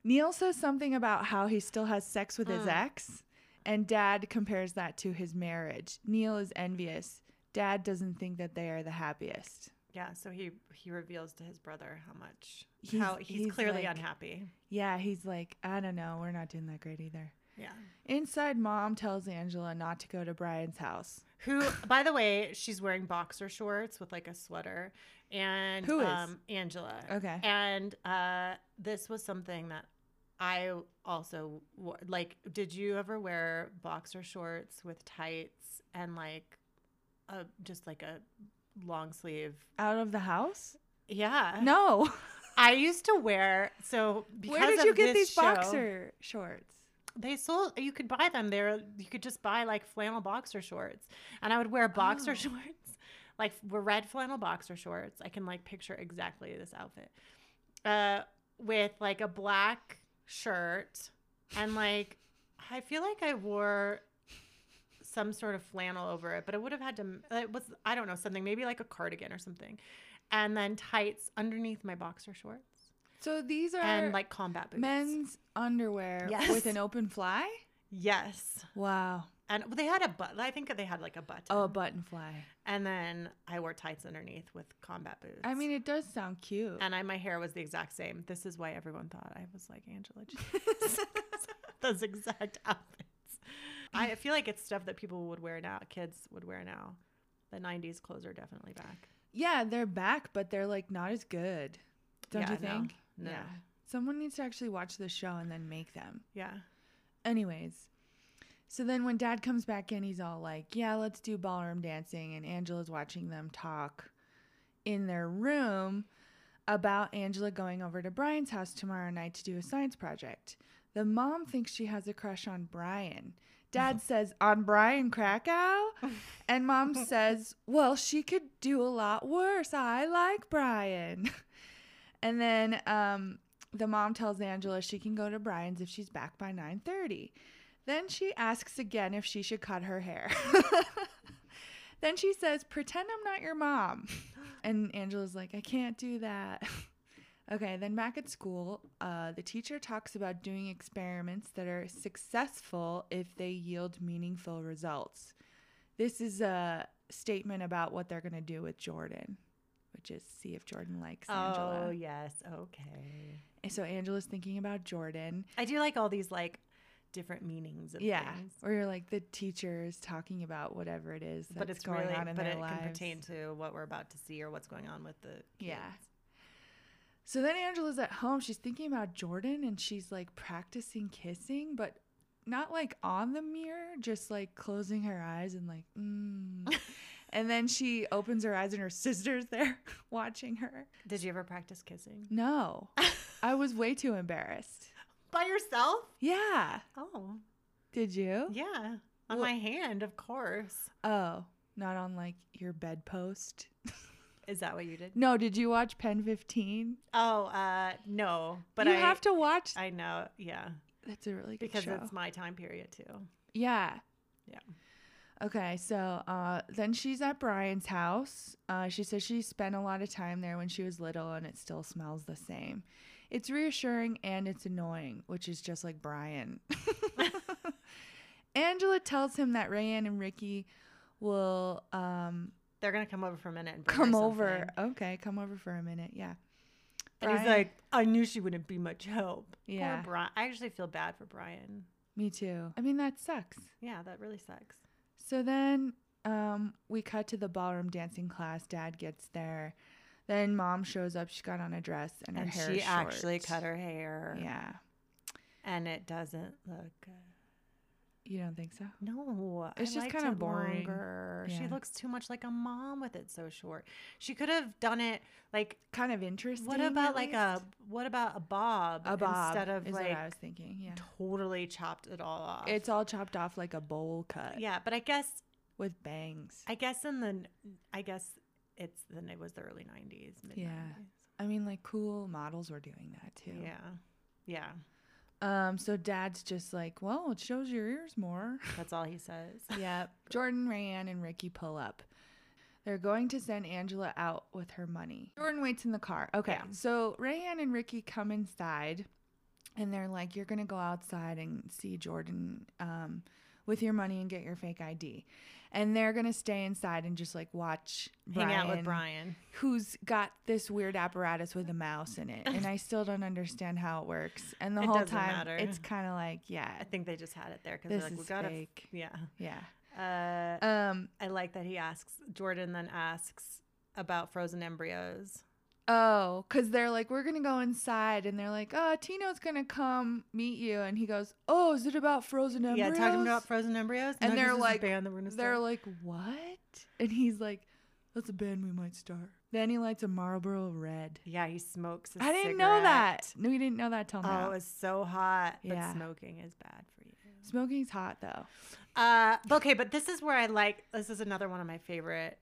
A: Neil says something about how he still has sex with his
B: Mm.
A: ex, and dad compares that to his marriage. Neil is envious. Dad doesn't think that they are the happiest.
B: yeah. So he he reveals to his brother how much
A: He's-
B: how he's,
A: he's
B: clearly
A: like-
B: unhappy.
A: Yeah, he's like, I don't know, we're not doing that great either.
B: Yeah.
A: Inside, mom tells Angela not to go to Brian's house.
B: Who, by the way, she's wearing boxer shorts with like a sweater. And
A: Who is? Oh,
B: Um, Angela.
A: Okay.
B: And uh, this was something that I also wore. Like, did you ever wear boxer shorts with tights and like a just like a long sleeve?
A: Out of the house?
B: Yeah.
A: No.
B: I used to wear so. Because
A: Where did
B: of
A: you get
B: this
A: these
B: show,
A: boxer shorts?
B: They sold. You could buy them. They're you could just buy like flannel boxer shorts, and I would wear boxer
A: Oh.
B: shorts, like were red flannel boxer shorts. I can like picture exactly this outfit, uh, with like a black shirt, and like I feel like I wore some sort of flannel over it, but I would have had to. It was I don't know something maybe like a cardigan or something, and then tights underneath my boxer shorts
A: So these are
B: and like combat boots.
A: men's underwear
B: Yes.
A: with an open fly?
B: yes.
A: Wow.
B: and well, they had a butt. I think they had like a button.
A: Oh, a button fly.
B: And then I wore tights underneath with combat boots.
A: I mean, it does sound cute.
B: and I my hair was the exact same. This is why everyone thought I was like Angela. Jackson. Those exact outfits. I feel like it's stuff that people would wear now. Kids would wear now. The '90s clothes are definitely back.
A: yeah, they're back, but they're like not as good. Don't
B: Yeah,
A: you
B: no,
A: think?
B: No.
A: Yeah. Someone needs to actually watch the show and then make them.
B: Yeah.
A: Anyways, so then when dad comes back in, he's all like, Yeah, let's do ballroom dancing. And Angela's watching them talk in their room about Angela going over to Brian's house tomorrow night to do a science project. The mom thinks she has a crush on Brian. Dad says, On Brian Krakow? And mom says, Well, she could do a lot worse. I like Brian. And then um, the mom tells Angela she can go to Brian's if she's back by 9:30. Then she asks again if she should cut her hair. then she says, "Pretend I'm not your mom." And Angela's like, "I can't do that." Okay, then back at school, uh, the teacher talks about doing experiments that are successful if they yield meaningful results. This is a statement about what they're going to do with Jordan, which is see if Jordan likes Angela.
B: Oh yes. Okay.
A: And so Angela's thinking about Jordan.
B: I do like all these like different meanings of
A: Yeah.
B: things.
A: Where you're like the teacher is talking about whatever it is that's
B: but it's
A: going
B: really,
A: on in
B: but
A: their
B: it
A: lives.
B: can pertain to what we're about to see or what's going on with the kids.
A: Yeah. so then Angela's at home. She's thinking about Jordan and she's like practicing kissing, but not like on the mirror, just like closing her eyes and like, mm. and then she opens her eyes and her sister's there watching her.
B: Did you ever practice kissing
A: No, I was way too embarrassed.
B: by yourself?
A: Yeah.
B: Oh,
A: Did you?
B: yeah, on
A: Well-
B: my hand, of course.
A: Oh, not on like your bedpost.
B: Is that what you did?
A: No, did you watch Pen 15?
B: Oh, uh, no, but
A: you
B: I
A: have to watch.
B: I know, yeah,
A: That's a really good
B: because
A: show.
B: it's my time period too.
A: yeah.
B: Yeah.
A: Okay, so uh, then she's at Brian's house. Uh, she says she spent a lot of time there when she was little, and it still smells the same. It's reassuring and it's annoying, which is just like Brian. Angela tells him that Rayanne and Ricky will um,
B: They're gonna come over for a minute and bring her
A: come over.
B: something.
A: Okay, come over for a minute. Yeah.
B: And he's
A: Brian-
B: like, I knew she wouldn't be much help.
A: Yeah.
B: Poor Brian. I actually feel bad for Brian.
A: Me too. I mean, that sucks.
B: Yeah, that really sucks.
A: So then um, we cut to the ballroom dancing class. Dad gets there. Then mom shows up. She got on a dress and, her
B: and
A: hair
B: she
A: is short.
B: actually cut her hair.
A: Yeah.
B: and it doesn't look good.
A: You don't think so?
B: No,
A: It's just
B: liked
A: kinda
B: it
A: boring.
B: longer. She
A: Yeah.
B: looks too much like a mom with it so short. She could have done it like
A: Kind of interesting.
B: what
A: at
B: about like a
A: least.
B: what about a bob
A: a bob
B: instead of
A: is
B: like
A: what I was thinking. Yeah.
B: totally chopped it all off.
A: It's all chopped off like a bowl cut.
B: yeah, but I guess
A: With bangs.
B: I guess in the I guess it's then it was the early nineties.
A: Yeah. I mean, like cool models were doing that too.
B: yeah, yeah.
A: Um. So dad's just like, well, it shows your ears more.
B: That's all he says.
A: yep. Jordan, Rayanne, and Ricky pull up. They're going to send Angela out with her money. Jordan waits in the car. Okay.
B: Yeah.
A: So Rayanne and Ricky come inside and they're like, You're going to go outside and see Jordan um, with your money and get your fake ID. And they're going to stay inside and just like watch
B: Hang out with Brian.
A: Who's got this weird apparatus with a mouse in it? And I still don't understand how it works. And the
B: It
A: whole
B: doesn't
A: time,
B: matter.
A: it's kind of like, yeah,
B: I think they just had it there because
A: this
B: they're like, we
A: is
B: gotta,
A: fake.
B: yeah.
A: Yeah.
B: Uh,
A: Um,
B: I like that he asks Jordan then asks about frozen embryos.
A: Oh, because they're like, we're going to go inside. And they're like, oh, Tino's going to come meet you. And he goes, oh, is it about frozen embryos?
B: Yeah, talking about frozen embryos.
A: And
B: No,
A: they're
B: this is a
A: like-
B: band that we're gonna
A: They're
B: start.
A: like, what? And he's like, that's a band we might start. Then he lights a Marlboro Red.
B: yeah, he smokes. I
A: I didn't know that. No, we didn't know that till
B: Oh,
A: now.
B: it's so hot.
A: Yeah.
B: But smoking is bad for you.
A: Smoking's hot, though.
B: Uh, but okay, but this is where I like. This is another one of my favorite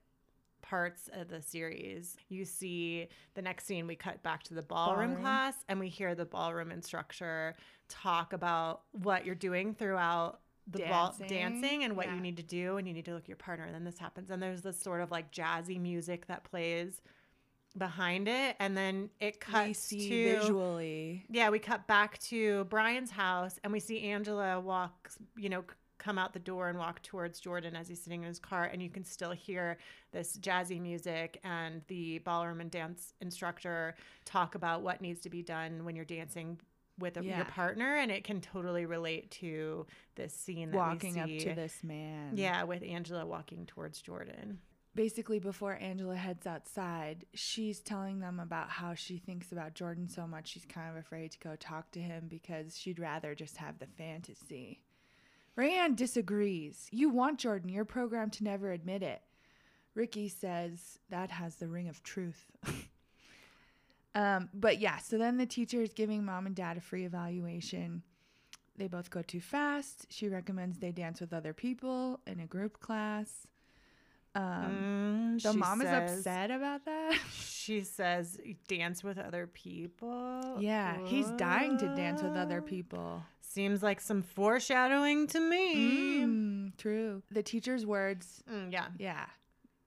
B: parts of the series. You see the next scene. We cut back to the ballroom,
A: Ballroom.
B: class, and we hear the ballroom instructor talk about what you're doing throughout the ball
A: Dancing.
B: dancing and what you
A: Yeah.
B: need to do, and you need to look at your partner. And then this happens, and there's this sort of like jazzy music that plays behind it, and then it
A: we
B: cuts
A: see
B: to
A: visually.
B: yeah, we cut back to Brian's house and we see Angela walk, you know, come out the door and walk towards Jordan as he's sitting in his car. And you can still hear this jazzy music and the ballroom and dance instructor talk about what needs to be done when you're dancing with a,
A: Yeah.
B: your partner. And it can totally relate to this scene that
A: Walking
B: we
A: up
B: see.
A: to this man.
B: Yeah, with Angela walking towards Jordan.
A: basically before Angela heads outside, she's telling them about how she thinks about Jordan so much she's kind of afraid to go talk to him because she'd rather just have the fantasy. Rayanne disagrees. You want Jordan. You're programmed to never admit it. Ricky says that has the ring of truth. um, but yeah, so then the teacher is giving mom and dad a free evaluation. They both go too fast. She recommends they dance with other people in a group class. Um,
B: Mm,
A: the
B: she
A: mom is
B: says-
A: upset about that.
B: She says, dance with other people.
A: yeah, he's dying to dance with other
B: Whoa.
A: people.
B: Seems like some foreshadowing to me.
A: Mm, true. The teacher's words,
B: Mm, yeah.
A: yeah.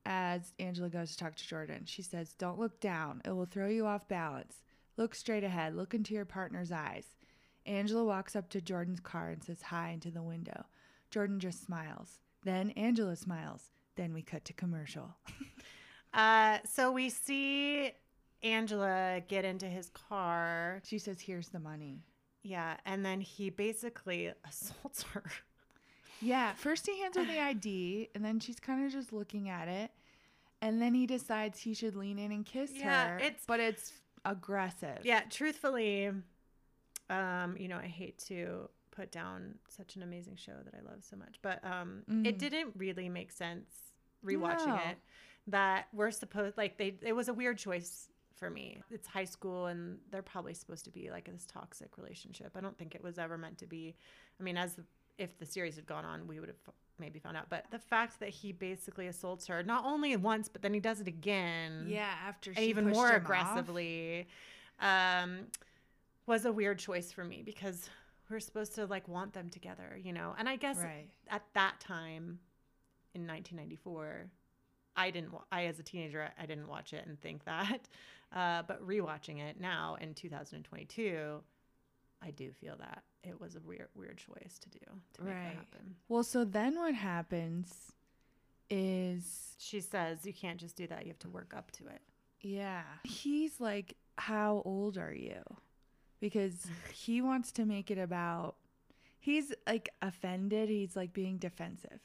A: As Angela goes to talk to Jordan, she says, Don't look down. It will throw you off balance. Look straight ahead. Look into your partner's eyes. Angela walks up to Jordan's car and says hi into the window. Jordan just smiles. Then Angela smiles. Then we cut to commercial.
B: Uh, so we see Angela get into his car.
A: She says, Here's the money.
B: Yeah. And then he basically assaults her.
A: Yeah, first he hands her the ID, and then she's kind of just looking at it, and then he decides he should lean in and kiss
B: Yeah,
A: her.
B: it's-
A: but it's aggressive.
B: Yeah. Truthfully, um, you know, I hate to put down such an amazing show that I love so much, but um, it
A: Mhm.
B: didn't really make sense rewatching
A: No.
B: it that we're supposed like they it was a weird choice for me. It's high school and they're probably supposed to be like this toxic relationship. I don't think it was ever meant to be. I mean, as if the series had gone on, we would have maybe found out. But the fact that he basically assaults her not only once, but then he does it again
A: yeah. After
B: and
A: she
B: even
A: pushed
B: more
A: him off.
B: aggressively um, was a weird choice for me because we're supposed to like want them together, you know. And I guess
A: Right.
B: at that time in 1994, I didn't. wa- I as a teenager, I didn't watch it and think that. Uh, but rewatching it now in 2022, I do feel that it was a weird, weird choice to do to make
A: Right.
B: that happen.
A: Well, so then what happens is,
B: She says you can't just do that. You have to work up to it.
A: yeah, he's like, "How old are you?" Because he wants to make it about. He's like offended. He's like being defensive.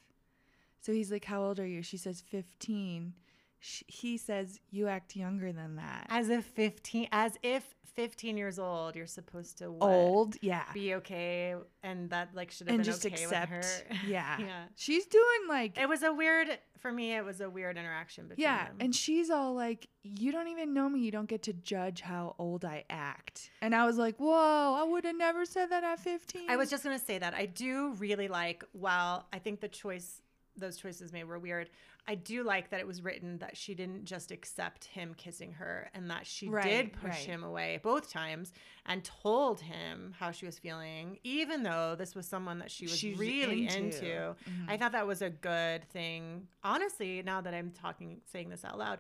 A: So he's like, How old are you? She says, 15. sh- he says you act younger than that.
B: As if 15, as if 15 years old, you're supposed to what,
A: Old, yeah,
B: be okay, and that like should have
A: and
B: been
A: just
B: okay
A: accept.
B: with her.
A: Yeah.
B: yeah.
A: she's doing like
B: It was a weird for me. It was a weird interaction between
A: yeah,
B: them.
A: and she's all like, "You don't even know me. You don't get to judge how old I act." And I was like, "Whoa, I would have never said that at 15."
B: I was just gonna say that I do really like. While I think the choice, those choices made were weird. I do like that it was written that she didn't just accept him kissing her, and that she
A: Right,
B: did push
A: right.
B: him away both times and told him how she was feeling, even though this was someone that she was
A: She's
B: really
A: into.
B: into.
A: Mhm.
B: I thought that was a good thing. Honestly, now that I'm talking, saying this out loud,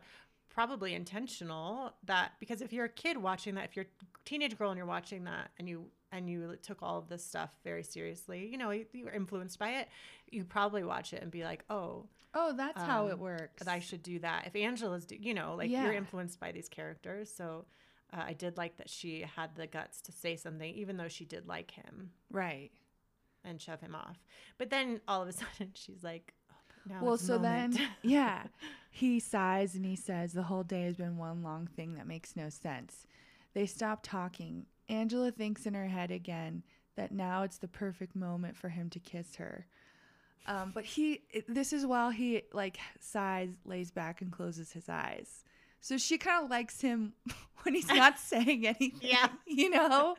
B: probably intentional that because if you're a kid watching that, if you're a teenage girl and you're watching that and you and you took all of this stuff very seriously, you know, you, you were influenced by it, you probably watch it and be like, oh,
A: oh, that's how it
B: um,
A: works.
B: that I should do that. If Angela's, do, you know, like
A: Yeah.
B: you're influenced by these characters. So uh, I did like that she had the guts to say something, even though she did like him
A: right.
B: and shove him off. But then all of a sudden she's like, oh, but now
A: well,
B: it's a
A: so
B: moment.
A: then, yeah, he sighs and he says, The whole day has been one long thing that makes no sense. They stop talking. Angela thinks in her head again that now it's the perfect moment for him to kiss her. Um, but he, it- this is while he like sighs, lays back, and closes his eyes. So she kind of likes him when he's not saying anything.
B: Yeah.
A: You know?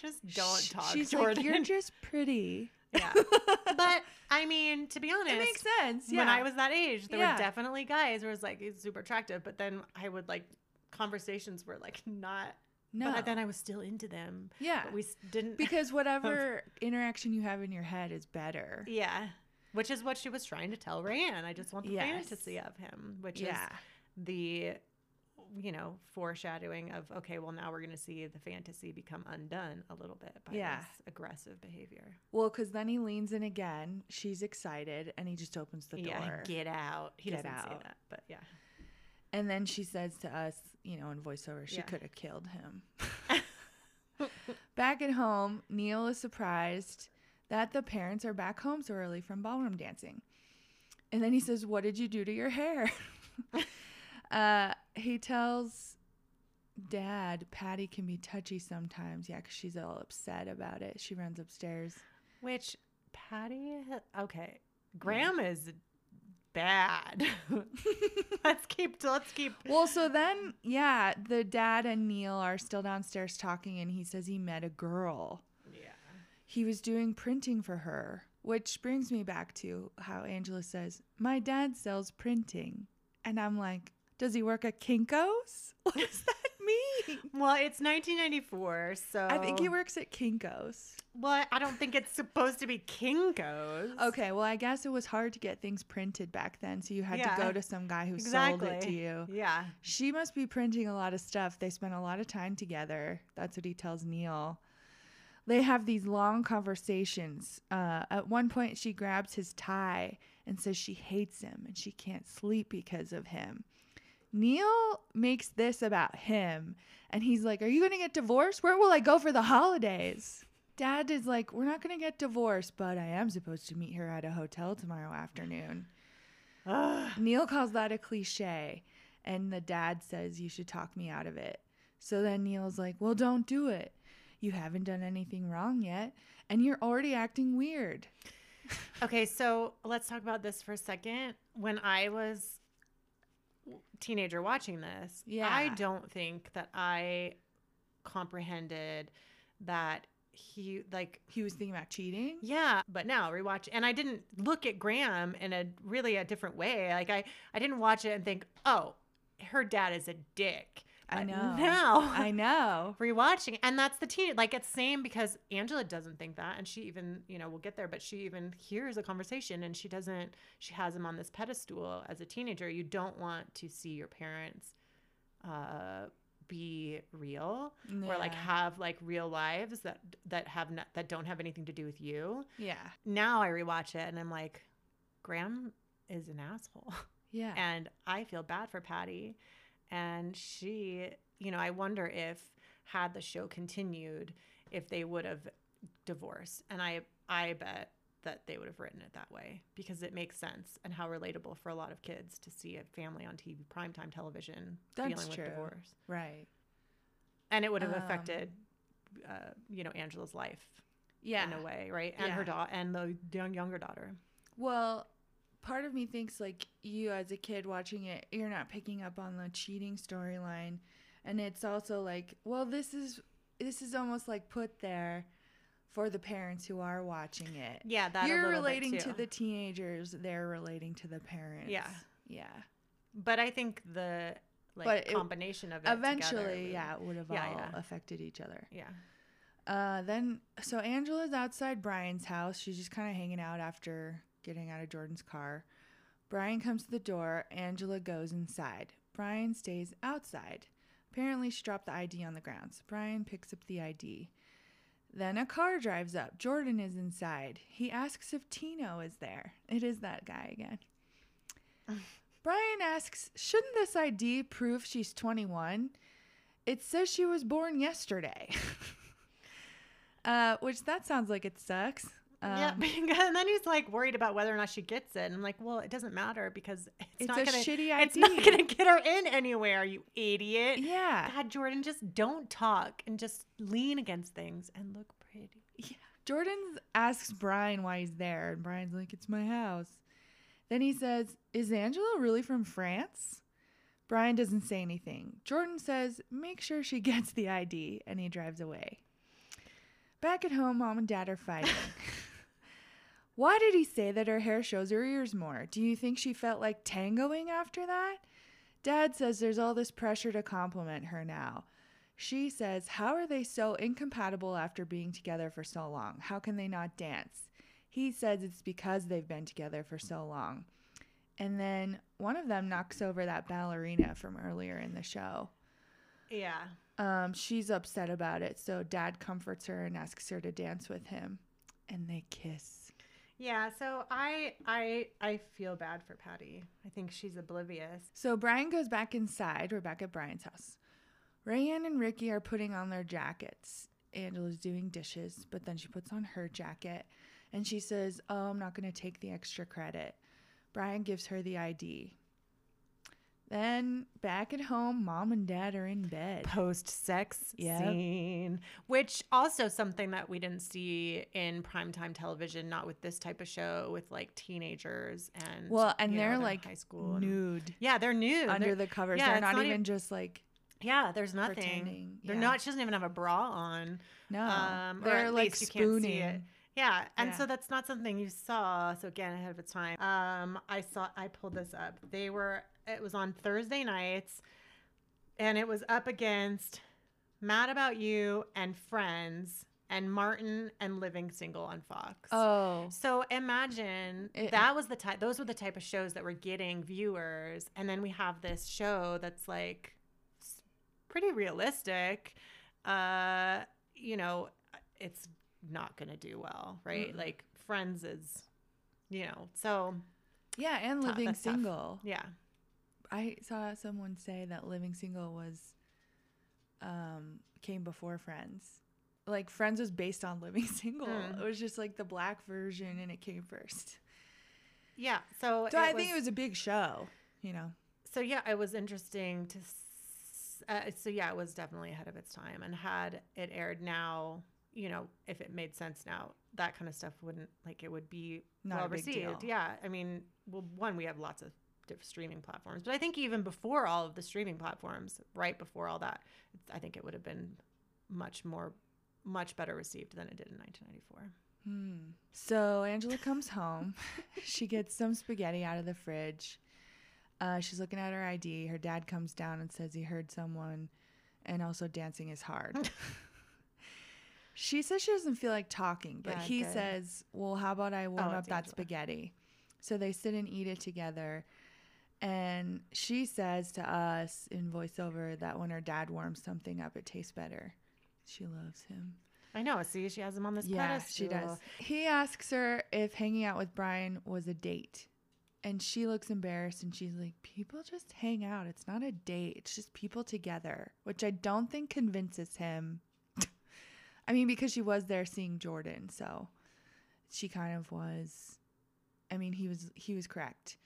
B: just
A: Sh-
B: don't talk,
A: She's
B: Jordan.
A: like, You're just pretty.
B: yeah. But I mean, to be honest,
A: It makes sense. Yeah.
B: when I was that age, there
A: Yeah.
B: were definitely guys who was like he's super attractive, but then I would like conversations were like not.
A: no.
B: But then I was still into them.
A: yeah.
B: But we s- didn't.
A: because whatever interaction you have in your head is better.
B: yeah. Which is what she was trying to tell Rayanne. I just want the
A: Yes.
B: fantasy of him, which
A: yeah.
B: is the, you know, foreshadowing of okay, well now we're going to see the fantasy become undone a little bit by
A: Yeah.
B: this aggressive behavior.
A: Well, because then he leans in again. She's excited, and he just opens the
B: yeah,
A: door.
B: get out. He
A: Get
B: doesn't say
A: out.
B: that, but yeah.
A: and then she says to us, you know, in voiceover, she
B: Yeah.
A: could have killed him. back at home, Neil is surprised that the parents are back home so early from ballroom dancing. And then he says, What did you do to your hair? uh, he tells dad Patty can be touchy sometimes. Yeah, because she's all upset about it. She runs upstairs.
B: Which Patty? ha- Okay, Graham is bad. let's keep. Let's keep.
A: Well, so then, yeah, the dad and Neil are still downstairs talking, and he says he met a girl.
B: Yeah.
A: He was doing printing for her, which brings me back to how Angela says, My dad sells printing. And I'm like, Does he work at Kinko's? What does that mean?
B: Well, it's 1994, so
A: I think he works at Kinko's.
B: Well, I don't think it's supposed to be Kinko's.
A: Okay, well, I guess it was hard to get things printed back then, so you had
B: Yeah.
A: to go to some guy who
B: exactly.
A: sold it to you.
B: Yeah.
A: She must be printing a lot of stuff. They spend a lot of time together. That's what he tells Neil. They have these long conversations. Uh, at one point, she grabs his tie and says she hates him and she can't sleep because of him. Neil makes this about him and he's like, Are you going to get divorced? Where will I go for the holidays? Dad is like, We're not going to get divorced, but I am supposed to meet her at a hotel tomorrow afternoon.
B: Ugh.
A: Neil calls that a cliche, and the dad says, You should talk me out of it. So then Neil's like, Well, don't do it. You haven't done anything wrong yet, and you're already acting weird.
B: Okay, so let's talk about this for a second. When I was teenager watching this, I
A: Yeah.
B: don't think that I comprehended that he like
A: He was thinking about cheating.
B: yeah, but now rewatch and I didn't look at Graham in a really a different way. Like I I didn't watch it and think, "Oh, her dad is a dick."
A: I
B: But
A: know.
B: Now
A: I know.
B: rewatching and that's the teen like it's same because angela doesn't think that and she even you know we'll get there but she even hears a conversation and she doesn't she has him on this pedestal as a teenager you don't want to see your parents uh be real or like
A: Yeah.
B: have like real lives that that have not that don't have anything to do with you
A: Yeah.
B: now i rewatch it and i'm like graham is an asshole
A: Yeah.
B: and I feel bad for Patty. And she, you know, I wonder if had the show continued, if they would have divorced. And I, I bet that they would have written it that way because it makes sense and how relatable for a lot of kids to see a family on TV, primetime television,
A: That's
B: dealing
A: true.
B: with divorce.
A: Right.
B: And it would have
A: Um,
B: affected, uh, you know, Angela's life
A: Yeah.
B: in a way, right? And her daughter and the young, younger daughter.
A: Well, part of me thinks like you as a kid watching it, you're not picking up on the cheating storyline, and it's also like, well, this is this is almost like put there for the parents who are watching it.
B: Yeah, that a
A: you're
B: little bit,
A: relating
B: too.
A: to the teenagers; they're relating to the parents. yeah.
B: But I think the
A: But
B: like
A: it-
B: combination of it together
A: Eventually,
B: would-
A: yeah, it would have
B: Yeah,
A: all
B: yeah.
A: affected each other.
B: yeah.
A: Uh, then so Angela's outside Brian's house. She's just kind of hanging out after getting out of Jordan's car. Brian comes to the door. Angela goes inside. Brian stays outside. Apparently, she dropped the ID on the ground. So Brian picks up the ID. Then a car drives up. Jordan is inside. He asks if Tino is there. It is that guy again. Brian asks, shouldn't this ID prove she's 21? It says she was born yesterday. uh, which that sounds like it sucks. Um,
B: yeah, and then he's like worried about whether or not she gets it. And I'm like, well, it doesn't matter because it's,
A: It's
B: not
A: a
B: gonna,
A: shitty
B: It's not
A: ID.
B: gonna get her in anywhere, you idiot.
A: Yeah.
B: God, Jordan, just don't talk and just lean against things and look pretty.
A: Jordan asks Brian why he's there, and Brian's like, It's my house. Then he says, Is Angela really from France? Brian doesn't say anything. Jordan says, Make sure she gets the ID, and he drives away. Back at home, mom and dad are fighting. why did he say that her hair shows her ears more? Do you think she felt like tangoing after that? Dad says there's all this pressure to compliment her now. She says, How are they so incompatible after being together for so long? How can they not dance? He says it's because they've been together for so long. And then one of them knocks over that ballerina from earlier in the show.
B: Yeah.
A: Um, she's upset about it, so dad comforts her and asks her to dance with him. And they kiss.
B: Yeah, so I I I feel bad for Patty. I think she's oblivious.
A: So Brian goes back inside. We're back at Brian's house. Rayanne and Ricky are putting on their jackets. Angela's doing dishes, but then she puts on her jacket and she says, Oh, I'm not going to take the extra credit. Brian gives her the ID. Then back at home, mom and dad are in bed.
B: post sex
A: Yep.
B: scene, which also something that we didn't see in primetime television, not with this type of show with like teenagers and
A: Well, and
B: you know,
A: they're,
B: in
A: like
B: high school and-
A: nude
B: yeah, they're nude
A: under the
B: They're-
A: covers.
B: yeah,
A: They're
B: it's
A: not,
B: not
A: even
B: even-
A: just like,
B: yeah. There's nothing.
A: pretending,
B: They're
A: yeah.
B: not. She doesn't even have a bra on.
A: no.
B: Um, or
A: they're
B: at
A: like
B: least you can't see
A: spooning.
B: it. Yeah, and
A: Yeah.
B: so that's not something you saw. So again, ahead of its time. Um, I saw. I pulled this up. They were. It was on Thursday nights, and it was up against Mad About You and Friends and Martin and Living Single on Fox.
A: Oh,
B: So imagine
A: It-
B: that was the type. Those were the type of shows that were getting viewers, and then we have this show that's like s- pretty realistic. Uh, you know, it's not gonna do well, right?
A: Mm.
B: Like Friends is, you know. So
A: yeah. And
B: Tough,
A: living
B: that's tough.
A: single.
B: yeah,
A: I saw someone say that Living Single was um came before Friends. Like Friends was based on Living Single.
B: Mm.
A: It was just like the black version and it came first.
B: yeah. So,
A: So I think it was a big show, you know.
B: so yeah it was interesting to s- uh, so yeah it was definitely ahead of its time and had it aired now you know if it made sense now that kind of stuff wouldn't like it would be
A: Not a
B: well
A: big
B: received
A: deal.
B: yeah i mean well one we have lots of diff- streaming platforms but i think even before all of the streaming platforms right before all that i think it would have been much more much better received than it did in 1994
A: Hmm. So Angela comes home. she gets some spaghetti out of the fridge. Uh, she's looking at her ID. Her dad comes down and says he heard someone, and also dancing is hard. she says she doesn't feel like talking, but
B: Yeah,
A: he
B: good.
A: says, Well, how about I warm
B: Oh,
A: up
B: it's
A: that
B: Angela.
A: spaghetti? So they sit and eat it together. And she says to us in voiceover that when her dad warms something up, it tastes better. She loves him.
B: i know see she has him on this
A: Yeah, she
B: pedestal
A: does. He asks her if hanging out with Brian was a date. And she looks embarrassed and she's like, People just hang out. It's not a date. It's just people together, which I don't think convinces him. I mean, because she was there seeing Jordan. So she kind of was I mean, he was he was correct.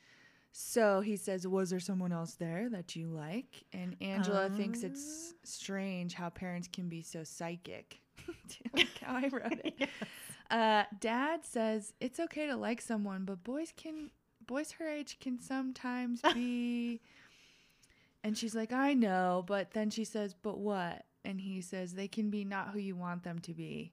A: So he says, "Was there someone else there that you like?" And Angela thinks it's strange how parents can be so psychic. like how I wrote it. Uh, Dad says it's okay to like someone, but boys can boys her age can sometimes be. and she's like, "I know," but then she says, "But what?" And he says, "They can be not who you want them to be."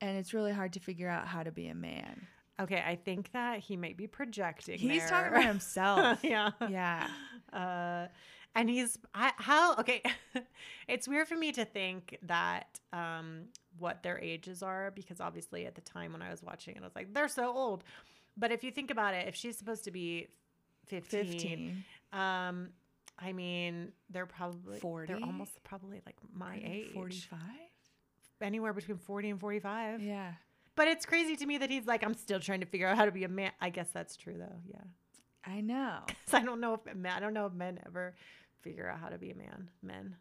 A: And it's really hard to figure out how to be a man.
B: Okay, I think that he might be projecting.
A: He's
B: there.
A: talking about himself.
B: yeah.
A: yeah.
B: Uh, and he's I, how okay. it's weird for me to think that um, what their ages are because obviously at the time when I was watching it, I was like, they're so old. But if you think about it, if she's supposed to be 15,
A: 15.
B: um, I mean, they're probably
A: 40?
B: They're almost probably like my age,
A: 45?
B: anywhere between forty and forty-five.
A: Yeah.
B: But it's crazy to me that he's like, I'm still trying to figure out how to be a man. I guess that's true though. Yeah.
A: I know.
B: So I don't know if men, I don't know if men ever figure out how to be a man. Men.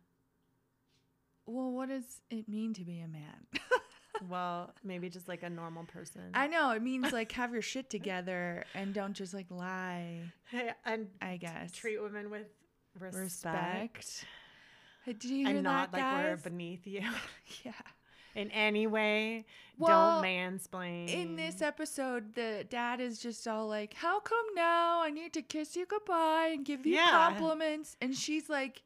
A: Well, what does it mean to be a man?
B: Well, maybe just like a normal person.
A: I know. It means like have your shit together and don't just like lie,
B: Hey, and
A: I guess.
B: treat women with respect,
A: Respect. Hey, Did you hear
B: and not
A: that,
B: like we're
A: guys?
B: beneath you
A: yeah.
B: in any way.
A: Well,
B: don't mansplain.
A: In this episode, the dad is just all like, How come now I need to kiss you goodbye and give you
B: Yeah.
A: compliments? And she's like,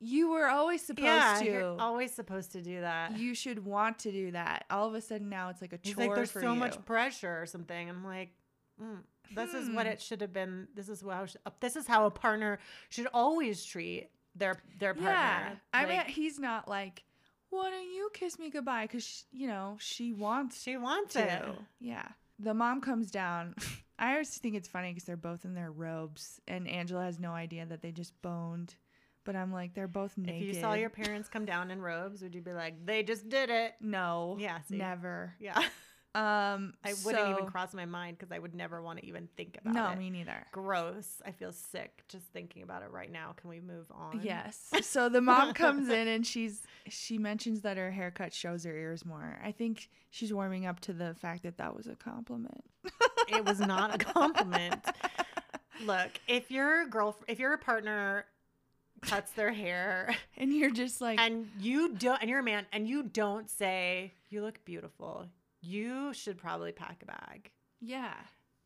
A: You were always supposed
B: yeah,
A: to.
B: you're always supposed to do that.
A: you should want to do that. All of a sudden now it's like a
B: He's
A: chore
B: like, there's
A: for
B: so
A: you.
B: much pressure or something. I'm like, mm, this is what
A: Hmm.
B: it should have been. This is how. sh- uh, This is how a partner should always treat their their partner.
A: yeah, I mean
B: Like,
A: he's not like, why don't you kiss me goodbye? Because you know she wants
B: she wants it.
A: to. Yeah, the mom comes down. I always think it's funny because they're both in their robes, and Angela has no idea that they just boned. But I'm like, they're both naked.
B: If you saw your parents come down in robes, would you be like, they just did it?
A: no,
B: Yeah, see.
A: never.
B: Yeah,
A: Um,
B: I wouldn't
A: so-
B: even cross my mind because I would never want to even think about
A: No,
B: it.
A: me neither.
B: Gross. I feel sick just thinking about it right now. Can we move on?
A: Yes. So the mom comes in and she's she mentions that her haircut shows her ears more. I think she's warming up to the fact that that was a compliment.
B: it was not a compliment. Look, if your girl, if your partner cuts their hair
A: And you're just like,
B: and you don't, and you're a man, and you don't say you look beautiful, you should probably pack a bag.
A: yeah,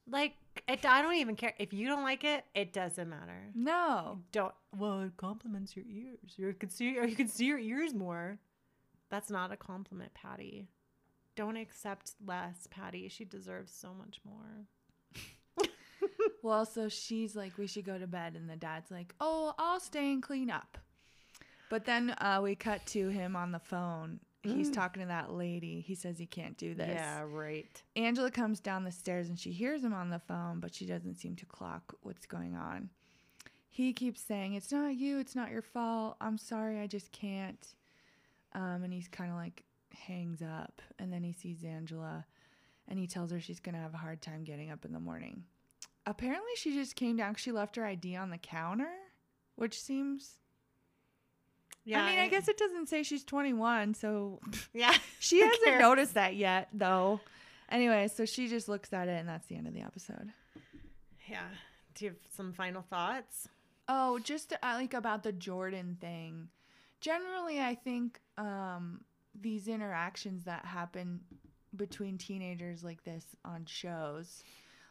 B: Like, it, I don't even care if you don't like it. It doesn't matter.
A: no,
B: Don't. Well, it compliments your ears. You can see, or you can see your ears more. That's not a compliment, Patty. Don't accept less, Patty. She deserves so much more.
A: Well, so she's like, we should go to bed. And the dad's like, oh, I'll stay and clean up. But then uh, we cut to him on the phone. He's
B: Mm.
A: talking to that lady. He says he can't do this.
B: Yeah, right.
A: Angela comes down the stairs and she hears him on the phone, but she doesn't seem to clock what's going on. He keeps saying, It's not you. It's not your fault. I'm sorry. I just can't. Um, and he's kind of like hangs up. And then he sees Angela and he tells her she's going to have a hard time getting up in the morning. Apparently, she just came down 'cause she left her ID on the counter, which seems. I mean, I guess it doesn't say she's 21, so
B: Yeah.
A: she
B: Who
A: hasn't
B: cares?
A: noticed that yet, though. Anyway, so she just looks at it, and that's the end of the episode.
B: Yeah. Do you have some final thoughts?
A: Oh, just uh, like about the Jordan thing. Generally, I think um, these interactions that happen between teenagers like this on shows,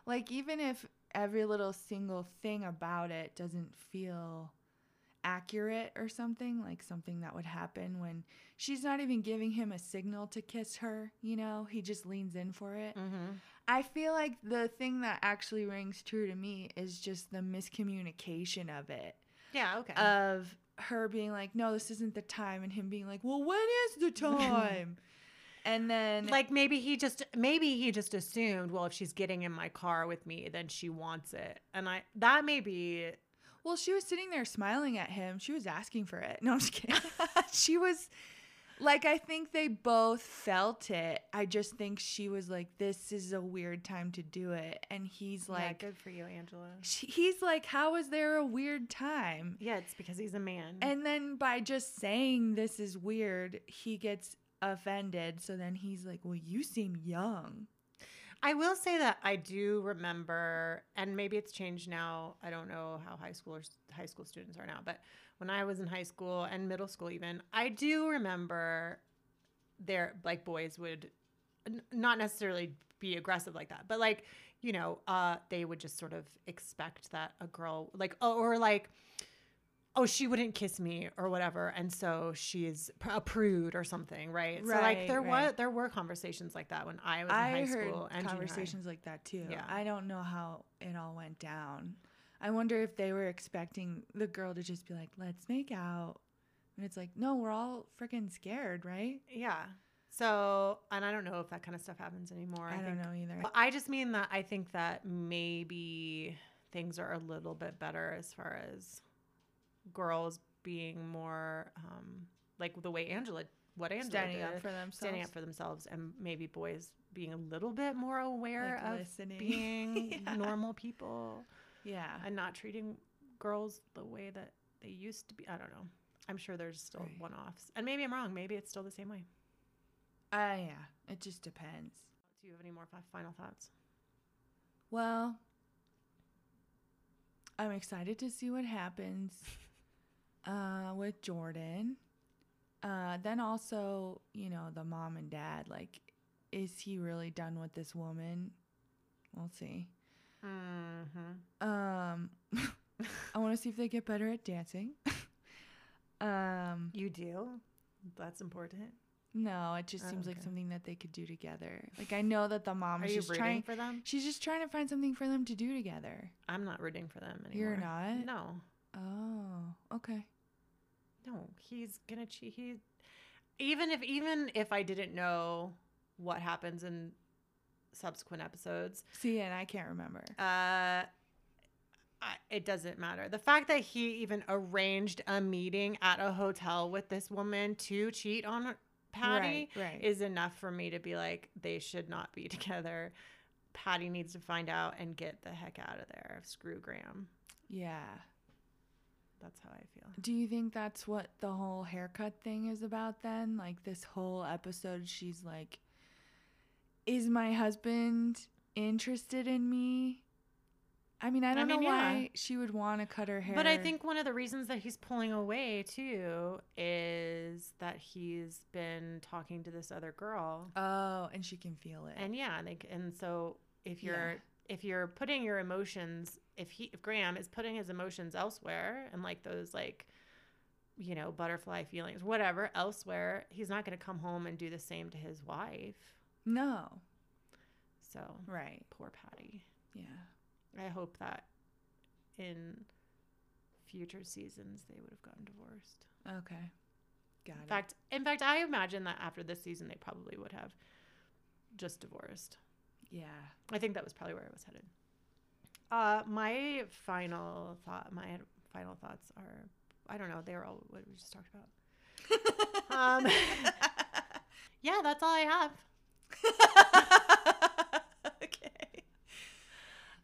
A: like even if every little single thing about it doesn't feel accurate or something, like something that would happen when she's not even giving him a signal to kiss her, you know, he just leans in for it.
B: Mm-hmm.
A: I feel like the thing that actually rings true to me is just the miscommunication of it.
B: Yeah. Okay.
A: Of her being like, no, this isn't the time, and him being like, well, when is the time? and then,
B: like maybe he just maybe he just assumed well if she's getting in my car with me then she wants it and I that may be
A: well, she was sitting there smiling at him. She was asking for it. No, I'm just kidding. she was like, I think they both felt it. I just think she was like, this is a weird time to do it. And he's like,
B: yeah, good for you Angela
A: she, he's like, how is there a weird time?
B: yeah it's because he's a man
A: And then by just saying this is weird, he gets offended. So then he's like, Well, you seem young.
B: I will say that I do remember, and maybe it's changed now. I don't know how high schoolers high school students are now, but when I was in high school and middle school, even I do remember there like boys would n- not necessarily be aggressive like that, but like you know, uh, they would just sort of expect that a girl like oh, or like. Oh, she wouldn't kiss me or whatever, and so she's pr- a prude or something, right? so like
A: Right,
B: there
A: right.
B: was there were conversations like that when I was in
A: I
B: high
A: heard
B: school and junior high.
A: conversations like that too.
B: Yeah.
A: I don't know how it all went down. I wonder if they were expecting the girl to just be like, "Let's make out," and it's like, "No, we're all freaking scared, right?"
B: Yeah. So, and I don't know if that kind of stuff happens anymore.
A: I, don't
B: think,
A: know either.
B: But I just mean that I think that maybe things are a little bit better as far as girls being more um, like the way Angela, what Angela
A: Standing up
B: did,
A: for themselves,
B: standing up for themselves, and maybe boys being a little bit more aware
A: Like
B: of
A: listening.
B: being
A: Yeah.
B: normal people
A: yeah.
B: and not treating girls the way that they used to be. I don't know. I'm sure there's still
A: Right.
B: one-offs, and maybe I'm wrong. Maybe it's still the same way.
A: Uh, yeah, it just depends.
B: Do you have any more fi- final thoughts?
A: Well, I'm excited to see what happens uh, with Jordan. Uh, then also, you know, the mom and dad. Like, is he really done with this woman? We'll see.
B: Mm-hmm.
A: Um, I want to see if they get better at dancing. um,
B: You do. That's important.
A: no, it just
B: Oh,
A: seems like
B: okay.
A: something that they could do together. Like, I know that the mom
B: Are
A: is
B: you
A: just
B: rooting
A: trying.
B: for them?
A: She's just trying to find something for them to do together.
B: I'm not rooting for them anymore.
A: You're not?
B: No,
A: Oh, okay.
B: no. He's gonna cheat. He, even if even if I didn't know what happens in subsequent episodes,
A: See, and I can't remember.
B: uh, I, it doesn't matter. The fact that he even arranged a meeting at a hotel with this woman to cheat on her- Patty.
A: right, right.
B: is enough for me to be like, they should not be together. Patty needs to find out and get the heck out of there. Screw Graham.
A: yeah.
B: That's how I feel.
A: Do you think that's what the whole haircut thing is about then? Like this whole episode she's like is my husband interested in me? I mean, I
B: I
A: don't
B: mean,
A: know
B: yeah.
A: why she would want to cut her hair.
B: But I think one of the reasons that he's pulling away too is that he's been talking to this other girl.
A: Oh, and she can feel it.
B: And yeah, and they, c- and so if
A: Yeah.
B: you're if you're putting your emotions, if he if Graham is putting his emotions elsewhere and like those like you know, butterfly feelings, whatever, elsewhere, he's not going to come home and do the same to his wife.
A: no.
B: So
A: Right.
B: poor Patty.
A: Yeah.
B: I hope that in future seasons they would have gotten divorced.
A: Okay. Got
B: in
A: it.
B: fact, in fact, I imagine that after this season they probably would have just divorced.
A: yeah.
B: I think that was probably where I was headed. Uh, my final thought, my final thoughts are, I don't know, they were all what we just talked about. Um, yeah, that's all I have.
A: okay.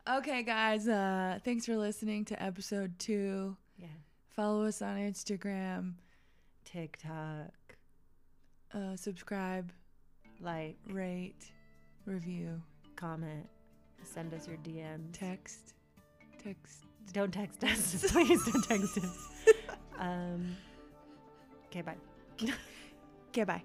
A: Okay, guys. Uh, thanks for listening to episode two.
B: Yeah,
A: Follow us on Instagram.
B: TikTok,
A: Uh, subscribe,
B: like,
A: rate, review,
B: comment, send us your DMs.
A: text, text.
B: Don't text us. Please don't text us. Um, okay, bye.
A: Okay, bye.